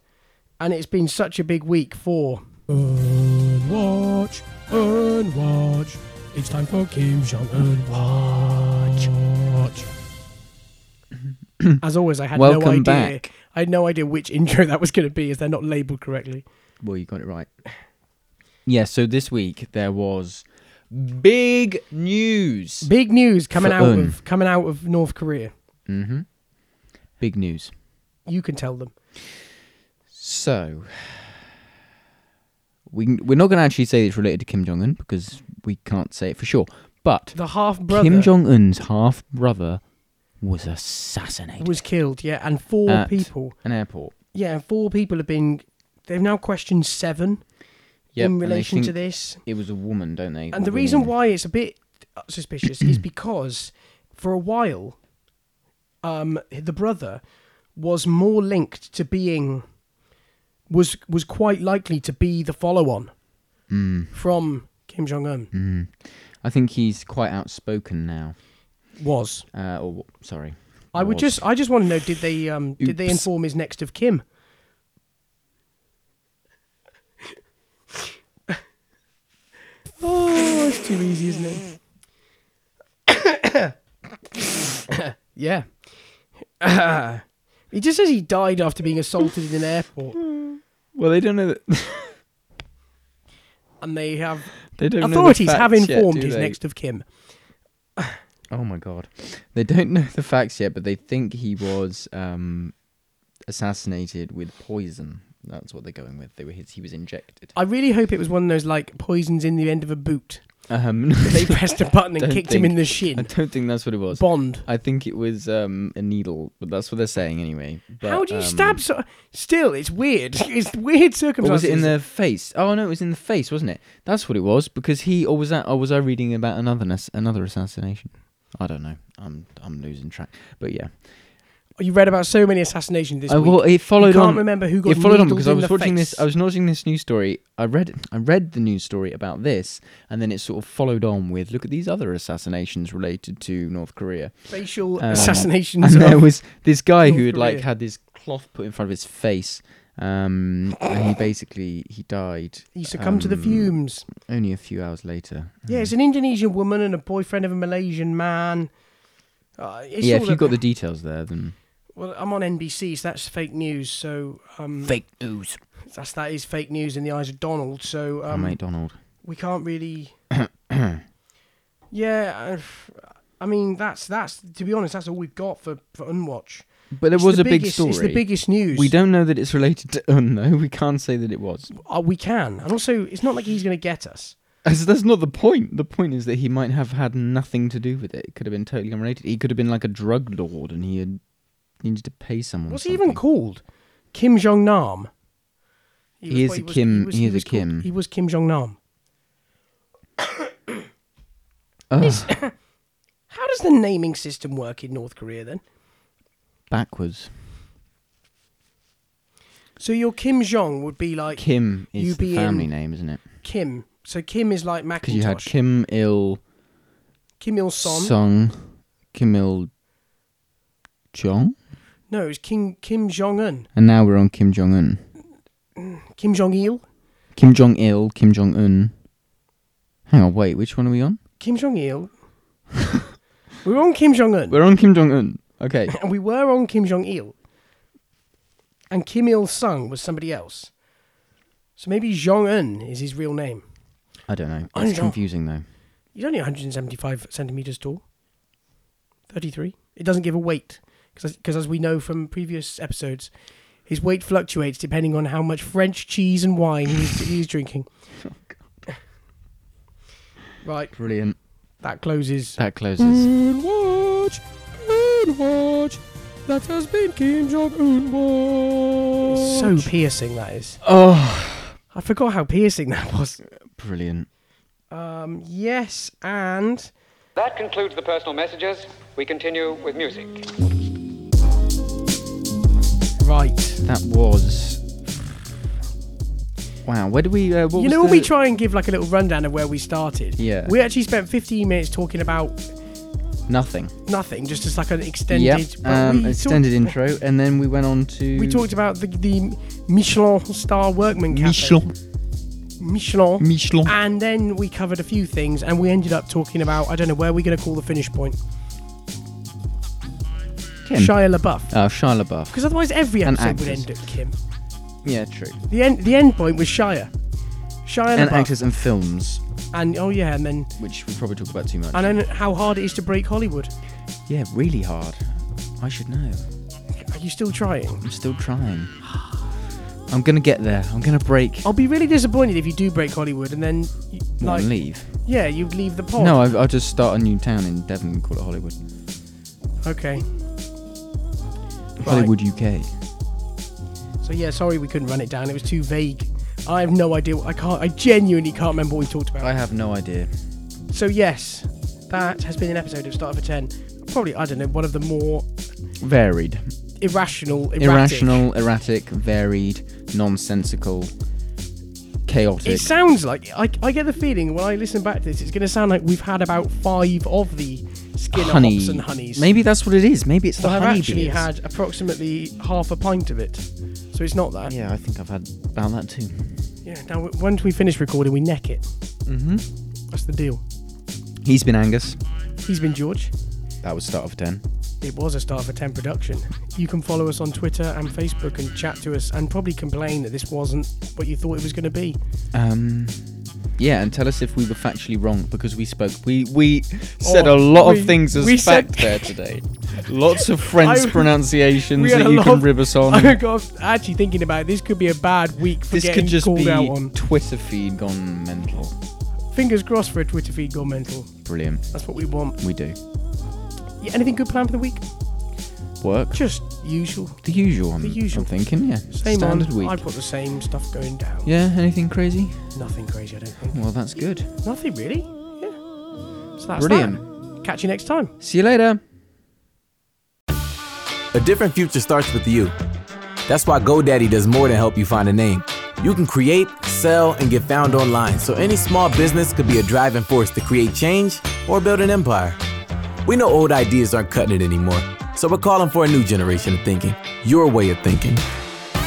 B: and it's been such a big week for.
E: Earn Watch, Earn Watch. It's time for Kim Jong Earn Watch. Watch.
B: As always, I had no
C: Welcome
B: idea.
C: back.
B: I had no idea which intro that was going to be, as they're not labelled correctly.
C: Well, you got it right. Yeah, so this week there was big news.
B: Big news coming
C: For
B: out
C: Un.
B: of coming out of North Korea.
C: Mm-hmm. Big news.
B: You can tell them.
C: So we can- we're not going to actually say it's related to Kim Jong Un because we can't say it for sure. But
B: The half brother
C: Kim Jong Un's half brother was assassinated.
B: was killed. Yeah, and four
C: At-
B: people.
C: an airport.
B: Yeah, and four people have been. They've now questioned seven in
C: and they
B: relation to
C: think
B: this.
C: It was a woman, don't they?
B: And the
C: Women.
B: reason why it's a bit suspicious is because for a while, um, the brother was more linked to being was was quite likely to be the follow on
C: Hmm.
B: from Kim Jong Un.
C: I think he's quite outspoken now.
B: Was
C: Uh, or sorry,
B: I would
C: was.
B: just I just want to know did they um did they
C: Oops.
B: inform his next of kin? oh, it's too easy, isn't it? yeah. he just says he died after being assaulted in an airport,
C: Well, they don't know that
B: and they have
C: they don't
B: authorities
C: know the
B: have
C: facts yet,
B: informed
C: do
B: his
C: they?
B: next of kin.
C: Oh my god, they don't know the facts yet, but they think he was um, assassinated with poison. That's what they're going with. They were his, he was injected.
B: I really hope it was one of those like poisons in the end of a boot.
C: Um,
B: They pressed a button and
C: Don't
B: kicked him
C: think-
B: in the
C: I
B: shin.
C: don't think that's what it was.
B: Bond.
C: I think it was um, a needle, but that's what they're saying anyway. But,
B: How do you
C: um,
B: stab so? Still, it's weird. It's weird
C: Or was
B: circumstances.
C: it in the face? Oh no, it was in the face, wasn't it? That's what it was because he or was that or was I reading about another nas- another assassination? I don't know. I'm I'm losing track. But yeah,
B: You read about so many assassinations this
C: I,
B: week.
C: well, it followed
B: you can't
C: on.
B: remember who got
C: it followed on
B: needled
C: because I
B: in
C: was
B: the
C: watching
B: face.
C: this. I was watching this news story. I read I read the news story about this, and then it sort of followed on with look at these other assassinations related to North Korea.
B: Facial
C: Um,
B: assassinations.
C: And there
B: of-
C: was this guy
B: North
C: who had like
B: Korea.
C: had this cloth put in front of his face, um, and he basically he died
B: he succumbed to the
C: um,
B: fumes.
C: only a few hours later.
B: Yeah, it's an Indonesian woman and a boyfriend of a Malaysian man. Uh, it's
C: yeah,
B: all
C: if you
B: a-
C: got the details there, then
B: well, I'm on NBC, so that's fake news. So um,
D: Fake news.
B: that's that is fake news in the eyes of Donald. So
C: oh,
B: um,
C: mate Donald.
B: we can't really. yeah, I, I mean that's that's to be honest, that's all we've got for for Unwatch.
C: But there
B: It's
C: was
B: the
C: a big
B: biggest-
C: story.
B: It's the biggest news.
C: we don't know that it's related to Un, though. We can't say that it was.
B: Uh, we can, and also it's not like he's going to get us.
C: As- that's not the point. The point is that he might have had nothing to do with it. It could have been totally unrelated. He could have been like a drug lord and he had needed to pay someone.
B: What's he
C: something.
B: even called? Kim Jong Nam.
C: He is a Kim- he is a
B: called-
C: Kim.
B: he was Kim Jong Nam. Is- how does the naming system work in North Korea then?
C: Backwards.
B: So your Kim Jong would be like Kim.
C: Kim is
B: you
C: the
B: be
C: family
B: in-
C: name, isn't it?
B: So Kim is like
C: Because you had
B: Macintosh.
C: Kim Il
B: Kim Il Sung.
C: Sung, Kim Il Jong,
B: No, it's Kim Kim Jong Un.
C: and now we're on Kim Jong Un.
B: Kim Jong Il.
C: Kim Jong Il, Kim Jong Un. Hang on, wait, which one are we on?
B: Kim Jong Il. we were on Kim Jong Un,
C: We're on Kim Jong Un. Okay.
B: and we were on Kim Jong Il, and Kim Il Sung was somebody else. So maybe Jong Un is his real name.
C: I don't know.
B: I don't
C: It's
B: know.
C: confusing though.
B: He's only 175 centimeters tall. 33. It doesn't give a weight because, as we know from previous episodes, his weight fluctuates depending on how much French cheese and wine he's, he's drinking. Right,
C: Brilliant.
B: that closes.
C: That closes.
E: Watch, Moon Watch. That has been Kim Jong Un Watch.
B: So piercing that is.
C: Oh,
B: I forgot how piercing that was.
C: brilliant.
B: Um, yes, and
F: That concludes the personal messages. We continue with music.
B: right.
C: That was. Wow. Where do we? Uh, what
B: you
C: was
B: know when we
C: the-
B: try and give like a little rundown of where we started?
C: Yeah.
B: We actually spent 15 minutes talking about
C: Nothing.
B: nothing, just as like an extended.
C: Yeah.
B: but we
C: Um,
B: talked-
C: extended intro, and then we went on to.
B: We talked about the, the Michelin star workman cafe.
C: Michelin.
B: Michelin.
C: Michelin.
B: And then we covered a few things, and we ended up talking about I don't know where we're going to call the finish point.
C: Kim.
B: Shia LaBeouf.
C: uh, Shia LaBeouf.
B: Because otherwise, every
C: And
B: episode would
C: actors.
B: end at Kim.
C: Yeah, true.
B: The end. The end point was Shia. Shia
C: And
B: LaBeouf.
C: actors and films,
B: And oh yeah, and then
C: which we probably talk about too much.
B: and then how hard it is to break Hollywood.
C: yeah, really hard. I should know.
B: Are you still trying?
C: I'm still trying. I'm gonna get there. I'm gonna break.
B: I'll be really disappointed if you do break Hollywood and then, you-
C: Well,
B: like,
C: and leave.
B: yeah, you leave the pod.
C: No, I, I'll just start a new town in Devon and call it Hollywood.
B: Okay. Right.
C: Hollywood, UK.
B: So yeah, sorry we couldn't run it down. It was too vague. I have no idea. I can't. I genuinely can't remember what we talked about.
C: I have no idea.
B: So yes, that has been an episode of Start of a Ten. Probably I don't know one of the more
C: Varied.
B: irrational, erratic.
C: Irrational, erratic, varied, nonsensical, chaotic.
B: It sounds like I, I get the feeling when I listen back to this, it's going to sound like we've had about five of the Skinner
C: honey.
B: hops and honeys.
C: Maybe that's what it is. Maybe it's
B: But
C: the
B: I've
C: honey
B: actually
C: beers.
B: had approximately half a pint of it, so it's not that.
C: Yeah, I think I've had about that too.
B: Yeah. Now w- once we finish recording, we neck it.
C: Mm-hmm.
B: That's the deal.
C: He's been Angus.
B: He's been George.
C: That was start of ten.
B: It was a start of a 10 production. You can follow us on Twitter and Facebook and chat to us and probably complain that this wasn't what you thought it was going to be.
C: Um, yeah, and tell us if we were factually wrong because we spoke. We we said a lot
B: Oh, we-
C: of things as
B: we said-
C: fact there today. Lots of French
B: I- we
C: pronunciations
B: had
C: that
B: a
C: you
B: lot
C: can
B: of-
C: rib us on.
B: I got actually thinking about it, this could be a bad week for
C: this
B: getting
C: could just
B: called
C: be
B: out on.
C: Twitter feed gone mental.
B: Fingers crossed for a Twitter feed gone mental.
C: Brilliant.
B: That's what we want.
C: We do
B: Yeah, anything good planned for the week?
C: work
B: Just usual.
C: the usual. I'm,
B: The usual.
C: I'm thinking, yeah.
B: Same
C: Standard
B: on.
C: week.
B: I've got the same stuff going down.
C: Yeah. Anything crazy?
B: Nothing crazy, I don't think.
C: Well, that's good.
B: Nothing really. Yeah. So that's
C: Brilliant.
B: That. Catch you next time.
C: See you later.
A: A different future starts with you. That's why GoDaddy does more than help you find a name. You can create, sell, and get found online, so any small business could be a driving force to create change or build an empire. We know old ideas aren't cutting it anymore, so we're calling for a new generation of thinking, your way of thinking.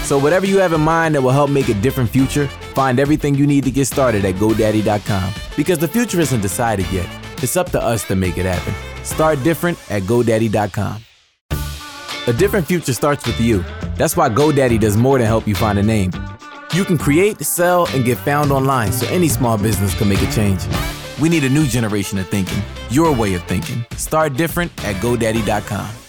A: So, whatever you have in mind that will help make a different future, find everything you need to get started at GoDaddy.com. Because the future isn't decided yet, it's up to us to make it happen. Start different at GoDaddy.com. A different future starts with you. That's why GoDaddy does more than help you find a name. You can create, sell, and get found online so any small business can make a change. We need a new generation of thinking, your way of thinking. Start different at GoDaddy.com.